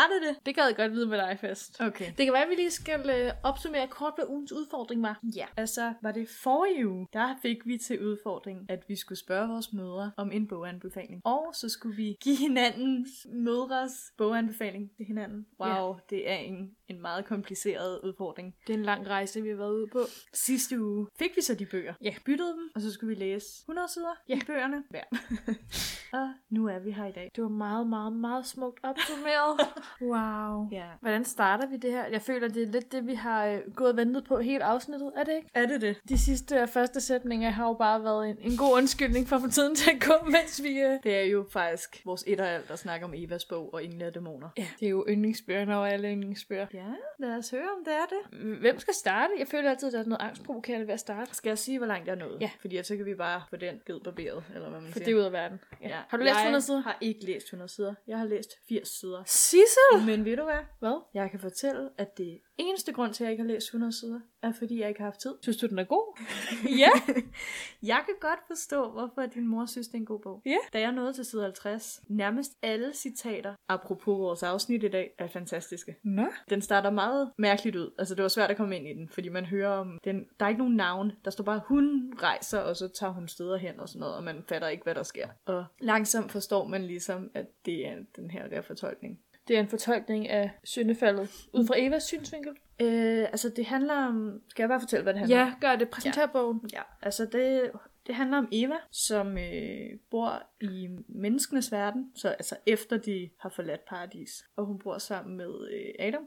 B: Har det det?
C: det gad jeg godt vide med dig først.
B: Okay.
C: Det kan være, at vi lige skal øh, opsummere kort, hvad ugens udfordring var.
B: Ja. Altså, var det forrige uge, der fik vi til udfordring, at vi skulle spørge vores mødre om en boganbefaling. Og så skulle vi give hinanden mødres boganbefaling til hinanden. Wow, ja. det er en, en meget kompliceret udfordring.
C: Det er en lang rejse, vi har været ude på.
B: Sidste uge fik vi så de bøger.
C: Ja.
B: Byttede dem, og så skulle vi læse 100 sider
C: Ja.
B: i bøgerne hver. og nu er vi her i dag.
C: Det var meget, meget, meget smukt opsummeret. wow.
B: Ja.
C: Hvordan starter vi det her? Jeg føler, det er lidt det, vi har øh, gået og ventet på hele afsnittet, er det ikke?
B: Er det det?
C: De sidste og første sætninger har jo bare været en, en god undskyldning for at få tiden til at gå, mens vi... Øh...
B: Det er jo faktisk vores etter, der snakker om Evas bog og Engle og Dæmoner.
C: Ja, det er jo yndlingsbøgerne over alle yndlingsbøger.
B: Ja, lad os høre, om det er det.
C: Hvem skal starte? Jeg føler altid, at der er noget angstprovokerende ved at starte.
B: Skal jeg sige, hvor langt jeg er nået?
C: Ja.
B: Fordi ellers så kan vi bare få den ged barberet, eller hvad man
C: For det er
B: siger.
C: ud af verden.
B: Ja.
C: Har du læst 100 sider?
B: Jeg har ikke læst 100 sider. Jeg har læst 80 sider.
C: Sissel!
B: Men ved du hvad?
C: Hvad?
B: Jeg kan fortælle, at det eneste grund til, at jeg ikke har læst 100 sider, er fordi jeg ikke har haft tid.
C: Synes du, den er god? ja.
B: Jeg kan godt forstå, hvorfor din mor synes, det er en god bog.
C: Ja.
B: Da jeg nåede til side 50, nærmest alle citater, apropos vores afsnit i dag, er fantastiske.
C: Nå.
B: Den starter meget mærkeligt ud. Altså, det var svært at komme ind i den, fordi man hører om... Den, der er ikke nogen navn. Der står bare, hun rejser, og så tager hun steder hen og sådan noget, og man fatter ikke, hvad der sker. Og langsomt forstår man ligesom, at det er den her der fortolkning.
C: Det er en fortolkning af syndefaldet ud fra Evas synsvinkel.
B: Øh, altså, det handler om... Skal jeg bare fortælle, hvad det handler om?
C: Ja, gør det. Præsenter ja. bogen.
B: Ja, altså det, Det handler om Eva, som øh, bor i menneskenes verden, så altså efter de har forladt paradis. Og hun bor sammen med øh, Adam,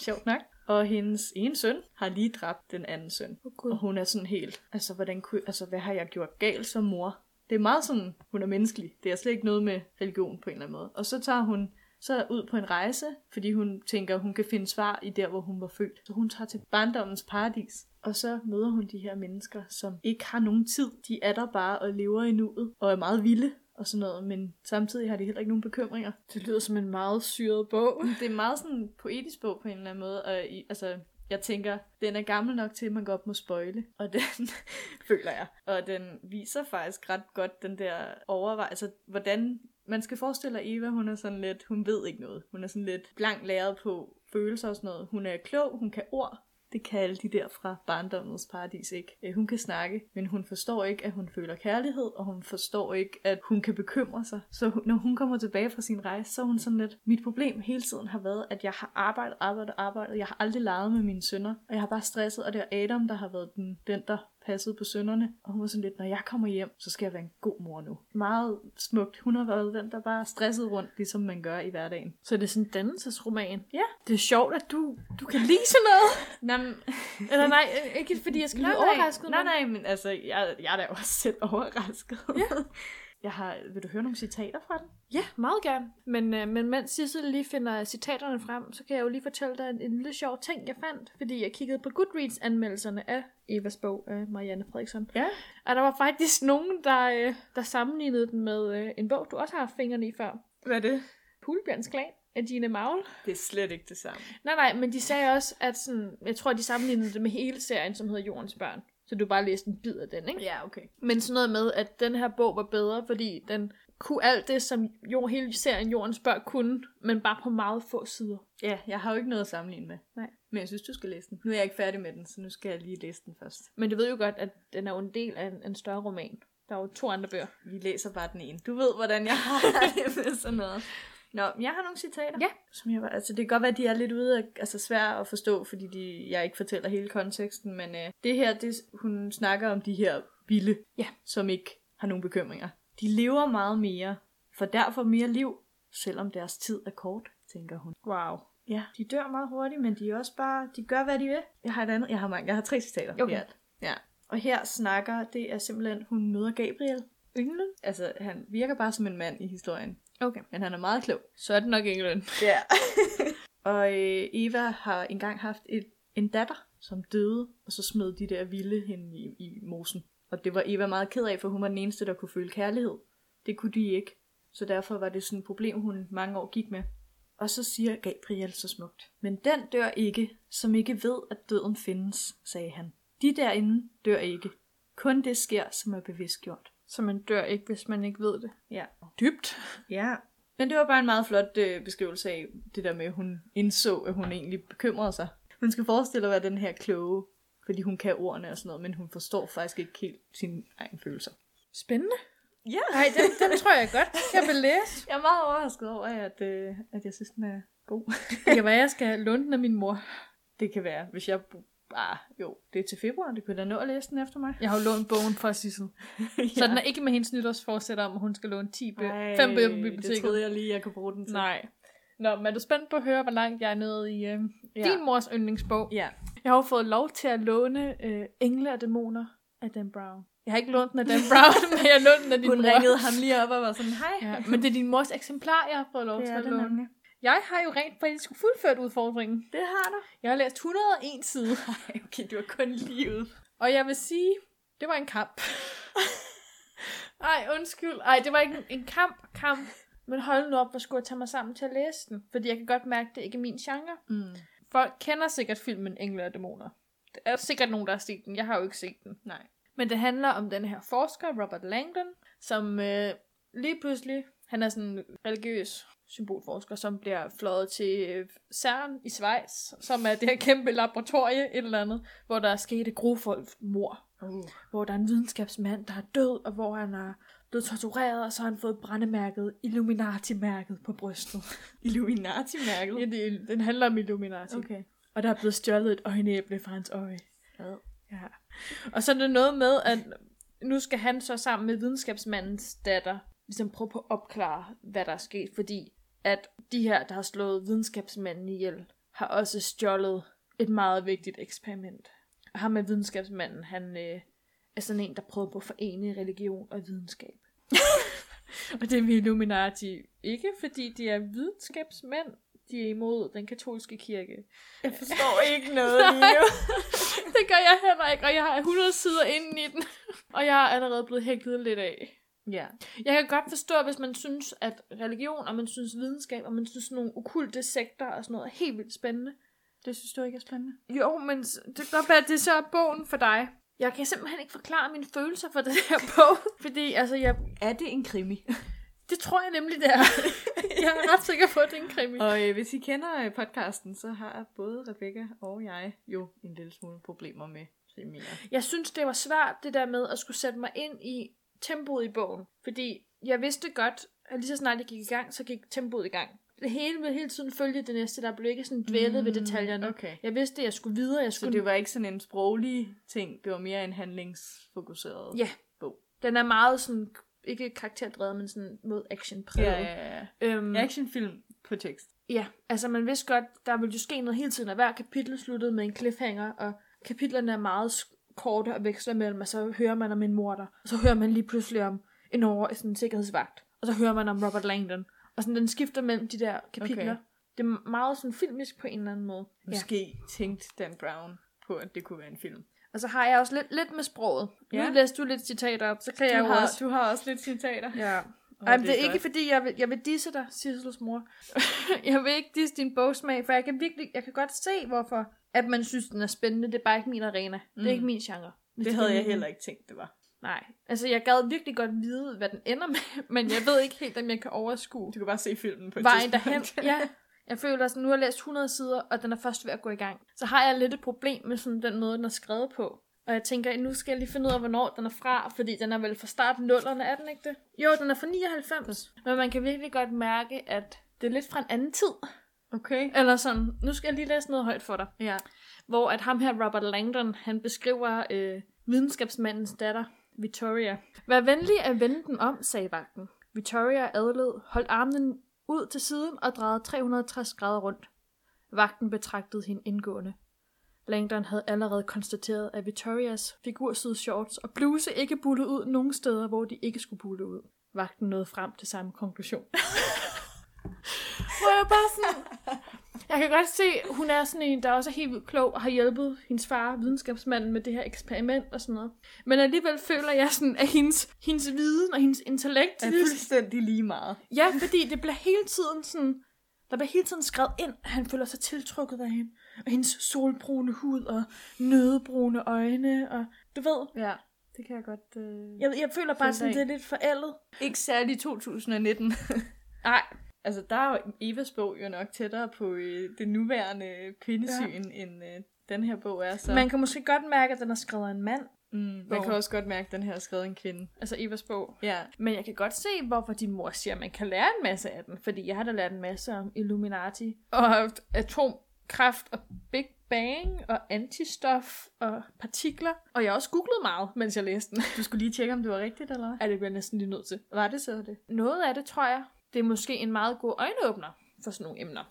B: sjovt nok. Og hendes ene søn har lige dræbt den anden søn.
C: Åh,
B: Og
C: Gud.
B: hun er sådan helt, altså, hvordan kunne, altså hvad har jeg gjort galt som mor? Det er meget sådan, hun er menneskelig. Det er slet ikke noget med religion på en eller anden måde. Og så tager hun så ud på en rejse, fordi hun tænker, hun kan finde svar i der, hvor hun var født. Så hun tager til barndommens paradis, og så møder hun de her mennesker, som ikke har nogen tid. De er der bare og lever i nuet, og er meget vilde og sådan noget, men samtidig har de heller ikke nogen bekymringer.
C: Det lyder som en meget syret bog.
B: Det er meget sådan en poetisk bog på en eller anden måde, og i, altså, jeg tænker, den er gammel nok til, at man godt må spøjle, og den føler jeg. Og den viser faktisk ret godt den der overvej, altså hvordan man skal forestille sig, Eva, hun er sådan lidt, hun ved ikke noget. Hun er sådan lidt blank læret på følelser og sådan noget. Hun er klog, hun kan ord, det kan alle de der fra barndommens paradis ikke. Øh, Hun kan snakke, men hun forstår ikke, at hun føler kærlighed, og hun forstår ikke, at hun kan bekymre sig. Så hun- når hun kommer tilbage fra sin rejse, så er hun sådan lidt, mit problem hele tiden har været, at jeg har arbejdet, arbejdet, arbejdet. Jeg har aldrig leget med mine sønner, og jeg har bare stresset, og det er Adam, der har været den, den der passede på sønderne, og hun var sådan lidt, når jeg kommer hjem, så skal jeg være en god mor nu. Meget smukt. Hun har været den, der bare stressede rundt, ligesom man gør i hverdagen.
C: Så det er sådan en dannelsesroman.
B: Ja.
C: Det er sjovt, at du, du kan lide sådan noget.
B: Nå, men,
C: Eller nej, øh, ikke fordi jeg skal lyde overrasket.
B: Nej,
C: men-
B: nej, men altså, jeg, jeg er da også selv overrasket. Ja. Jeg har, vil du høre nogle citater fra den?
C: Ja, meget gerne. Men, øh, men mens Sissel lige finder citaterne frem, så kan jeg jo lige fortælle dig en, en lille sjov ting, jeg fandt. Fordi jeg kiggede på Goodreads-anmeldelserne af Evas bog af Marianne Frederiksson.
B: Ja.
C: Og der var faktisk nogen, der, øh, der sammenlignede den med øh, en bog, du også har haft fingrene i før.
B: Hvad er det?
C: Hulbjørns Klan af Dine Maul.
B: Det er slet ikke det samme.
C: Nej, nej, men de sagde også, at sådan, jeg tror, de sammenlignede det med hele serien, som hedder Jordens Børn. Så du bare læste en bid af den, ikke?
B: Ja, okay.
C: Men sådan noget med, at den her bog var bedre, fordi den kunne alt det, som jord, hele serien Jordens Børn kunne, men bare på meget få sider.
B: Ja, jeg har jo ikke noget at sammenligne med.
C: Nej.
B: Men jeg synes, du skal læse den. Nu er jeg ikke færdig med den, så nu skal jeg lige læse den først.
C: Men du ved jo godt, at den er jo en del af en, en større roman. Der er jo to andre bøger.
B: Vi læser bare den ene. Du ved, hvordan jeg har det med sådan noget. Nå, men jeg har nogle citater.
C: Ja.
B: Som jeg, var- altså, det kan godt være, at de er lidt ude af, altså svære at forstå, fordi de, jeg ikke fortæller hele konteksten, men øh, det her, det, hun snakker om de her vilde,
C: Ja.
B: som ikke har nogen bekymringer. De lever meget mere, for derfor mere liv, selvom deres tid er kort, tænker hun.
C: Wow.
B: Ja, de dør meget hurtigt, men de er også bare, de gør hvad de vil. Jeg har et andet, jeg har mange, jeg har tre citater.
C: Okay.
B: i alt. Ja. Og her snakker, det er simpelthen, hun møder Gabriel.
C: England?
B: Altså, han virker bare som en mand i historien,
C: Okay.
B: men han er meget klog.
C: Så er det nok England.
B: Ja. og øh, Eva har engang haft et, en datter, som døde, og så smed de der vilde hende i, i mosen. Og det var Eva meget ked af, for hun var den eneste, der kunne føle kærlighed. Det kunne de ikke. Så derfor var det sådan et problem, hun mange år gik med. Og så siger Gabriel så smukt. Men den dør ikke, som ikke ved, at døden findes, sagde han. De derinde dør ikke. Kun det sker, som er bevidstgjort.
C: Så man dør ikke, hvis man ikke ved det.
B: Ja,
C: Dybt.
B: Ja. Men det var bare en meget flot øh, beskrivelse af det der med, at hun indså, at hun egentlig bekymrede sig. Hun skal forestille at være den her kloge, fordi hun kan ordene og sådan noget, men hun forstår faktisk ikke helt sine egne følelser.
C: Spændende.
B: Ja,
C: Nej, den, den tror jeg godt, jeg vil læse.
B: jeg er meget overrasket over, at, øh, at jeg synes, den er god.
C: Det kan være, jeg skal låne den af min mor.
B: det kan være, hvis jeg bare... Jo, det er til februar, det kunne da nå at læse den efter mig.
C: Jeg har jo lånt bogen fra Sissel. Så den er ikke med hendes nytårsforsæt om, at hun skal låne 10 bøger, 5 bøger på biblioteket.
B: Det troede jeg lige, jeg kunne bruge den til.
C: Nej. Nå, men er du spændt på at høre, hvor langt jeg er nede i øh, ja. din mors yndlingsbog?
B: Ja.
C: Jeg har jo fået lov til at låne øh, Engle og Dæmoner af Dan Brown. Jeg har ikke lånt den af Dan Brown, men jeg lånte den af din
B: Hun
C: mor.
B: ringede ham lige op og var sådan, hej.
C: Ja, men det er din mors eksemplar, jeg har fået lov
B: det
C: til
B: er
C: at
B: det
C: låne.
B: nemlig.
C: Jeg har jo rent faktisk fuldført udfordringen.
B: Det har du.
C: Jeg har læst 101 side,
B: Ej, okay, du har kun lige ude.
C: og jeg vil sige, det var en kamp. Ej, undskyld. Ej, det var ikke en- en kamp, kamp. Men hold nu op, hvor skulle jeg tage mig sammen til at læse den? Fordi jeg kan godt mærke, at det ikke er min genre.
B: Mm.
C: Folk kender sikkert filmen Engle og Dæmoner. Der er sikkert nogen, der har set den. Jeg har jo ikke set den.
B: Nej.
C: Men det handler om den her forsker, Robert Langdon, som øh, lige pludselig, han er sådan en religiøs symbolforsker, som bliver fløjet til øh, CERN i Schweiz, som er det her kæmpe laboratorie, et eller andet, hvor der er sket et grofuldt mor
B: Uh.
C: hvor der er en videnskabsmand, der er død, og hvor han er blevet tortureret, og så har han fået brændemærket, Illuminati-mærket på brystet.
B: Illuminati-mærket.
C: ja, det, den handler om Illuminati.
B: Okay.
C: Og der er blevet stjålet et øjenæble fra hans øje. Ja. Og så er det noget med, at nu skal han så sammen med videnskabsmandens datter ligesom prøve på at opklare, hvad der er sket, fordi at de her, der har slået videnskabsmanden ihjel, har også stjålet et meget vigtigt eksperiment. Og ham med videnskabsmanden, han øh, er sådan en, der prøver på at forene religion og videnskab. og det er vi Illuminati ikke, fordi de er videnskabsmænd. De er imod den katolske kirke.
B: Jeg forstår ikke noget lige nu.
C: Det gør jeg heller ikke, og jeg har 100 sider inde i den. Og jeg er allerede blevet hæklet lidt af.
B: Ja.
C: Jeg kan godt forstå, hvis man synes, at religion, og man synes videnskab, og man synes nogle okulte sekter og sådan noget er helt vildt spændende.
B: Det synes du ikke er spændende?
C: Jo, men s- det kan godt være, at det så er bogen for dig. Jeg kan simpelthen ikke forklare mine følelser for den her bog, fordi altså, jeg,
B: Er det en krimi?
C: det tror jeg nemlig, det er. jeg er ret sikker på, at det er en krimi.
B: Og øh, hvis I kender øh, podcasten, så har både Rebecca og jeg jo en lille smule problemer med krimier.
C: Jeg synes, det var svært, det der med at skulle sætte mig ind i tempoet i bogen. Fordi jeg vidste godt, at lige så snart jeg gik i gang, så gik tempoet i gang. Det hele ville hele tiden følge det næste, der blev ikke sådan dvælet mm, ved detaljerne.
B: okay.
C: Jeg vidste, at jeg skulle videre, jeg
B: Så
C: skulle...
B: det var ikke sådan en sproglig ting, det var mere en handlingsfokuseret
C: Ja,
B: bog.
C: den er meget sådan, ikke karakterdrevet, men sådan mod action præget.
B: ja.
C: Øhm,
B: Mm. Actionfilm på tekst.
C: ja, altså man vidste godt, der ville jo ske noget hele tiden, og hver kapitel sluttede med en cliffhanger, og kapitlerne er meget sk- korte og veksler mellem, og så hører man om en morder, og så hører man lige pludselig om en over, sådan en sikkerhedsvagt, og så hører man om Robert Langdon, og sådan den skifter mellem de der kapitler.
B: Okay.
C: Okay. Det er meget sådan filmisk på en eller anden måde. Ja.
B: Måske ja. tænkte Dan Brown på, at det kunne være en film.
C: Og så har jeg også lidt, lidt med sproget. Ja.
B: Ja.
C: Nu læste du lidt citater op, så kan jeg
B: Du
C: jo
B: har,
C: også...
B: du har også lidt citater.
C: Ja.
B: Åh,
C: Ej, men det er
B: godt.
C: ikke fordi, jeg vil, jeg vil disse dig, Sissels mor. jeg vil ikke disse din bogsmag, for jeg kan virkelig, jeg kan godt se, hvorfor at man synes, den er spændende. Det er bare ikke min arena. Mm. Det er ikke min genre. Hvis
B: Det havde
C: er
B: jeg
C: min-
B: heller ikke tænkt, det var.
C: Nej. Altså, jeg gad virkelig godt vide, hvad den ender med, men jeg ved ikke helt, om jeg kan overskue
B: Du kan bare se filmen på et
C: vejen derhen.
B: tidspunkt.
C: Ja. Jeg føler, at nu har jeg læst 100 sider, og den er først ved at gå i gang. Så har jeg lidt et problem med sådan den måde, den er skrevet på. Og jeg tænker, nu skal jeg lige finde ud af, hvornår den er fra, fordi den er vel fra starten nullerne, er den ikke det? Jo, den er fra 99. Men man kan virkelig godt mærke, at det er lidt fra en anden tid.
B: Okay.
C: Eller sådan, nu skal jeg lige læse noget højt for dig.
B: Ja.
C: Hvor at ham her, Robert Langdon, han beskriver øh, videnskabsmandens datter, Victoria. Vær venlig at vende den om, sagde vagten. Victoria adlød, holdt armen ud til siden og drejede 360 grader rundt. Vagten betragtede hende indgående. Langdon havde allerede konstateret, at Victorias figurside shorts og bluse ikke bullede ud nogen steder, hvor de ikke skulle bulle ud. Vagten nåede frem til samme konklusion. Hvor jeg bare sådan... Jeg kan godt se, hun er sådan en, der også er helt vildt klog og har hjulpet hendes far, videnskabsmanden, med det her eksperiment og sådan noget. Men alligevel føler jeg sådan, at hendes, hendes viden og hendes intellekt...
B: Er fuldstændig lige meget.
C: Ja, fordi det bliver hele tiden sådan... Der bliver hele tiden skrevet ind, at han føler sig tiltrukket af hende. Og hendes solbrune hud og nødebrune øjne. Og du ved,
B: Ja, det kan jeg godt... Øh...
C: jeg, jeg føler bare
B: Følg
C: sådan,
B: dig.
C: det er lidt forældet.
B: Ikke særlig 2019.
C: Nej,
B: altså, der er jo Evas bog jo nok tættere på øh, det nuværende kvindesyn, ja. end øh, den her bog er. Så
C: man kan måske godt mærke, at den er skrevet af en mand.
B: mm, man
C: Bogen.
B: kan også godt mærke, at den her er skrevet af en kvinde.
C: Altså Evas bog.
B: Ja.
C: Men jeg kan godt se, hvorfor din mor siger, at man kan lære en masse af den. Fordi jeg har da lært en masse om Illuminati. Og atomkraft og Big Bang og antistof og partikler. Og jeg har også googlet meget, mens jeg læste den.
B: Du skulle lige tjekke, om det var rigtigt, eller hvad?
C: Ja, det bliver jeg næsten lige nødt til.
B: Var det så det?
C: Noget af det, tror jeg, det er måske en meget god øjenåbner for sådan nogle emner.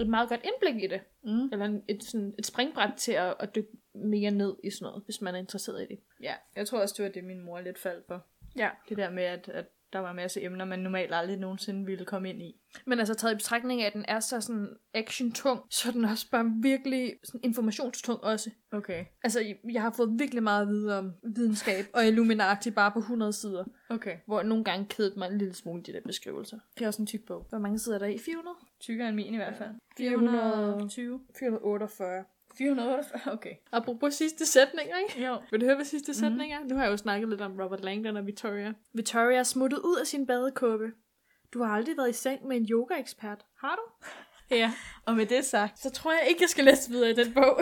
C: Et meget godt indblik i det.
B: Mm.
C: Eller en- et, sådan et springbræt til at, at dykke mere ned i sådan noget, hvis man er interesseret i det.
B: Ja, jeg tror også, det var det, min mor lidt faldt for.
C: Ja.
B: Det der med, at, at der var en masse emner, man normalt aldrig nogensinde ville komme ind i.
C: Men altså taget i betragtning af, at den er så sådan action-tung, så er den også bare virkelig sådan informationstung også.
B: Okay.
C: Altså, jeg har fået virkelig meget at vide om videnskab og Illuminati bare på 100 sider,
B: Okay.
C: hvor jeg nogle gange kedede mig en lille smule i de der beskrivelser.
B: Det er også en tyk bog.
C: Hvor mange sider er der i? 400?
B: Tykkere end min i hvert fald.
C: 420. 448.
B: 448? Okay.
C: Apropos sidste sætninger, ikke?
B: Jo.
C: Vil du høre, hvad sidste sætning er? Nu har jeg jo snakket lidt om Robert Langdon og Victoria. Victoria er smuttet ud af sin badekåbe. Du har aldrig været i seng med en yogaekspert, har du? Ja.
B: Og med det sagt,
C: Så tror jeg ikke, jeg skal læse videre i den bog.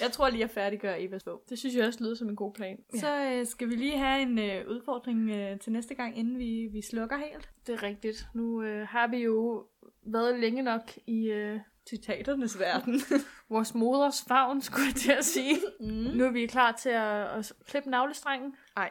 B: jeg tror lige, jeg færdiggør Evas bog.
C: Det synes jeg også lyder som en god plan.
B: Ja. Så øh, skal vi lige have en øh, udfordring øh, til næste gang, inden vi, vi slukker helt.
C: det er rigtigt. Nu øh, har vi jo været længe nok i øh,
B: Citaternes verden.
C: vores moders favn, skulle jeg til at sige.
B: mm.
C: Nu er vi klar til at, at klippe navlestrengen
B: Ej.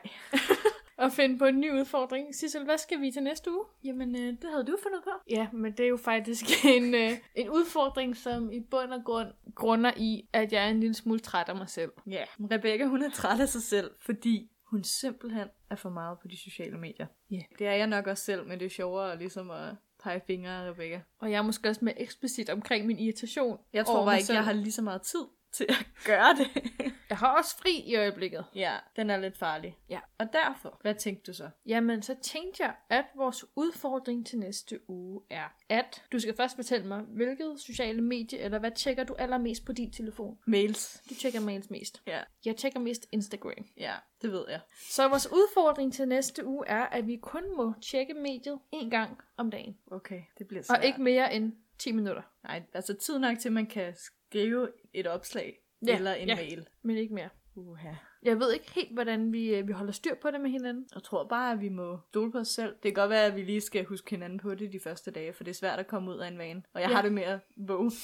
C: og finde på en ny udfordring. Sissel, hvad skal vi til næste uge?
B: Jamen, øh, det havde du fundet på.
C: Ja, men det er jo faktisk en, øh, en udfordring, som i bund og grund grunder i, at jeg er en lille smule træt af mig selv.
B: Ja. Rebecca, hun er træt af sig selv, fordi hun simpelthen er for meget på de sociale medier.
C: Ja.
B: Det er jeg nok også selv, men det er sjovere ligesom at pege fingre af Rebecca.
C: Og jeg er måske også mere eksplicit omkring min irritation.
B: Jeg tror
C: over
B: bare
C: mig
B: ikke,
C: selv.
B: jeg har lige så meget tid til at gøre det.
C: jeg har også fri i øjeblikket.
B: ja, den er lidt farlig.
C: Ja.
B: Og derfor, hvad tænkte du så?
C: Jamen, så tænkte jeg, at vores udfordring til næste uge er, at du skal først fortælle mig, hvilket sociale medie, eller hvad tjekker du allermest på din telefon?
B: Mails.
C: Du tjekker mails mest.
B: Ja,
C: Jeg tjekker mest Instagram.
B: ja, det ved jeg.
C: Så vores udfordring til næste uge er, at vi kun må tjekke mediet en gang om dagen.
B: Okay, det bliver
C: Og
B: svært.
C: ikke mere end 10 minutter.
B: Nej, altså tid nok til, at man kan skrive et opslag
C: Ja,
B: ja, eller en
C: ja.
B: ja. mail.
C: Men ikke mere.
B: Uha.
C: Jeg ved ikke helt, hvordan vi, øh, vi holder styr på det med hinanden.
B: Jeg tror bare, at vi må stole på os selv. Det kan godt være, at vi lige skal huske hinanden på det de første dage, for det er svært at komme ud af en vane. Og jeg
C: Ja.
B: ja. har det med at våge.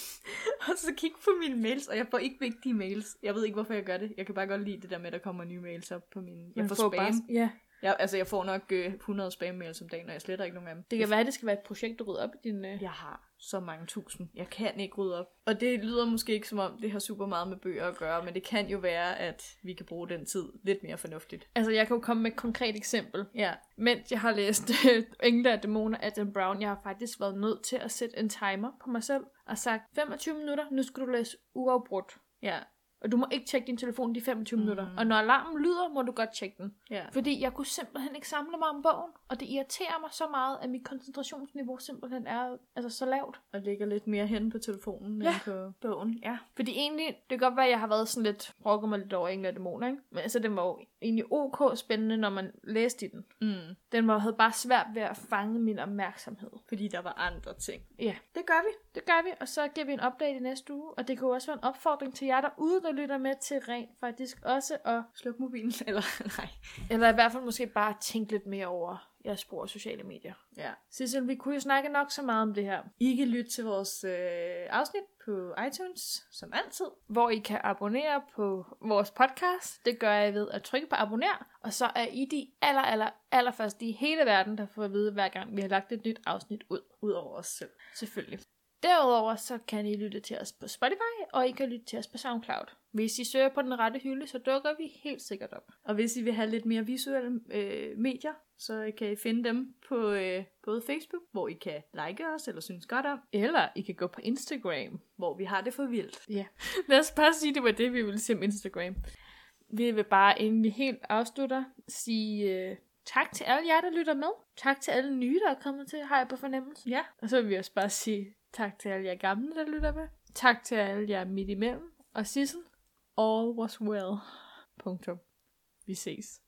B: og så kigge på mine mails, og jeg får ikke vigtige mails. Jeg ved ikke, hvorfor jeg gør det. Jeg kan bare godt lide det der med, at der kommer nye mails op på min... Jeg
C: Man
B: får, får spam.
C: bare- Ja.
B: Jeg, altså, jeg får nok øh, 100 spam-mails om dagen, og jeg sletter ikke nogen af dem.
C: Det kan være, at det skal være et projekt, du rydder op i din... Øh...
B: Jeg har så mange tusind. Jeg kan ikke rydde op. Og det lyder måske ikke som om, det har super meget med bøger at gøre, men det kan jo være, at vi kan bruge den tid lidt mere fornuftigt.
C: Altså, jeg kan jo komme med et konkret eksempel.
B: Ja.
C: Mens jeg har læst Engle af dæmoner af Dan Brown, jeg har faktisk været nødt til at sætte en timer på mig selv og sagt, 25 minutter, nu skal du læse uafbrudt.
B: Ja.
C: Og du må ikke tjekke din telefon de 25 mm. minutter. Og når alarmen lyder, må du godt tjekke den.
B: Ja.
C: Fordi jeg kunne simpelthen ikke samle mig om bogen, og det irriterer mig så meget, at mit koncentrationsniveau simpelthen er altså, så lavt.
B: Og ligger lidt mere henne på telefonen
C: Ja.
B: end på bogen. Ja.
C: Fordi egentlig, det kan godt være, at jeg har været sådan lidt, brokker mig lidt over Engle af dæmoner, ikke? Men altså, den var jo egentlig ok spændende, når man læste i den.
B: Mm.
C: Den var, havde bare svært ved at fange min opmærksomhed.
B: Fordi der var andre ting.
C: Ja.
B: Det gør vi.
C: Det gør vi, og så giver vi en update i næste uge, og det kan jo også være en opfordring til jer derude, der lytter med til rent faktisk også, og,
B: Sluk mobilen. Eller nej.
C: eller i hvert fald måske bare tænke lidt mere over jeres brug af sociale medier.
B: Ja.
C: Sissel, vi kunne jo snakke nok så meget om det her,
B: I kan lytte til vores øh, afsnit på iTunes, som altid.
C: hvor I kan abonnere på vores podcast. Det gør jeg ved at trykke på abonner, og så er I de aller, aller, allerførste i hele verden, der får at vide, hver gang vi har lagt et nyt afsnit ud.
B: Udover os selv.
C: Selvfølgelig. Derudover så kan I lytte til os på Spotify, og I kan lytte til os på SoundCloud. Hvis I søger på den rette hylde, så dukker vi helt sikkert op.
B: Og hvis I vil have lidt mere visuelle øh, medier, så kan I finde dem på øh, både Facebook, hvor I kan like os eller synes godt om,
C: Eller I kan gå på Instagram.
B: hvor vi har det for vildt.
C: Ja. Lad os bare sige, det var det, vi ville sige om Instagram. Vi vil bare, inden vi helt afslutter, sige uh, tak til alle jer, der lytter med. Tak til alle nye, der er kommet til, har jeg på fornemmelse.
B: Ja.
C: Og så vil vi også bare sige tak til alle jer gamle, der lytter med. Tak til alle jer midt imellem. Og Sissel, all was well. Punktum. Vi ses.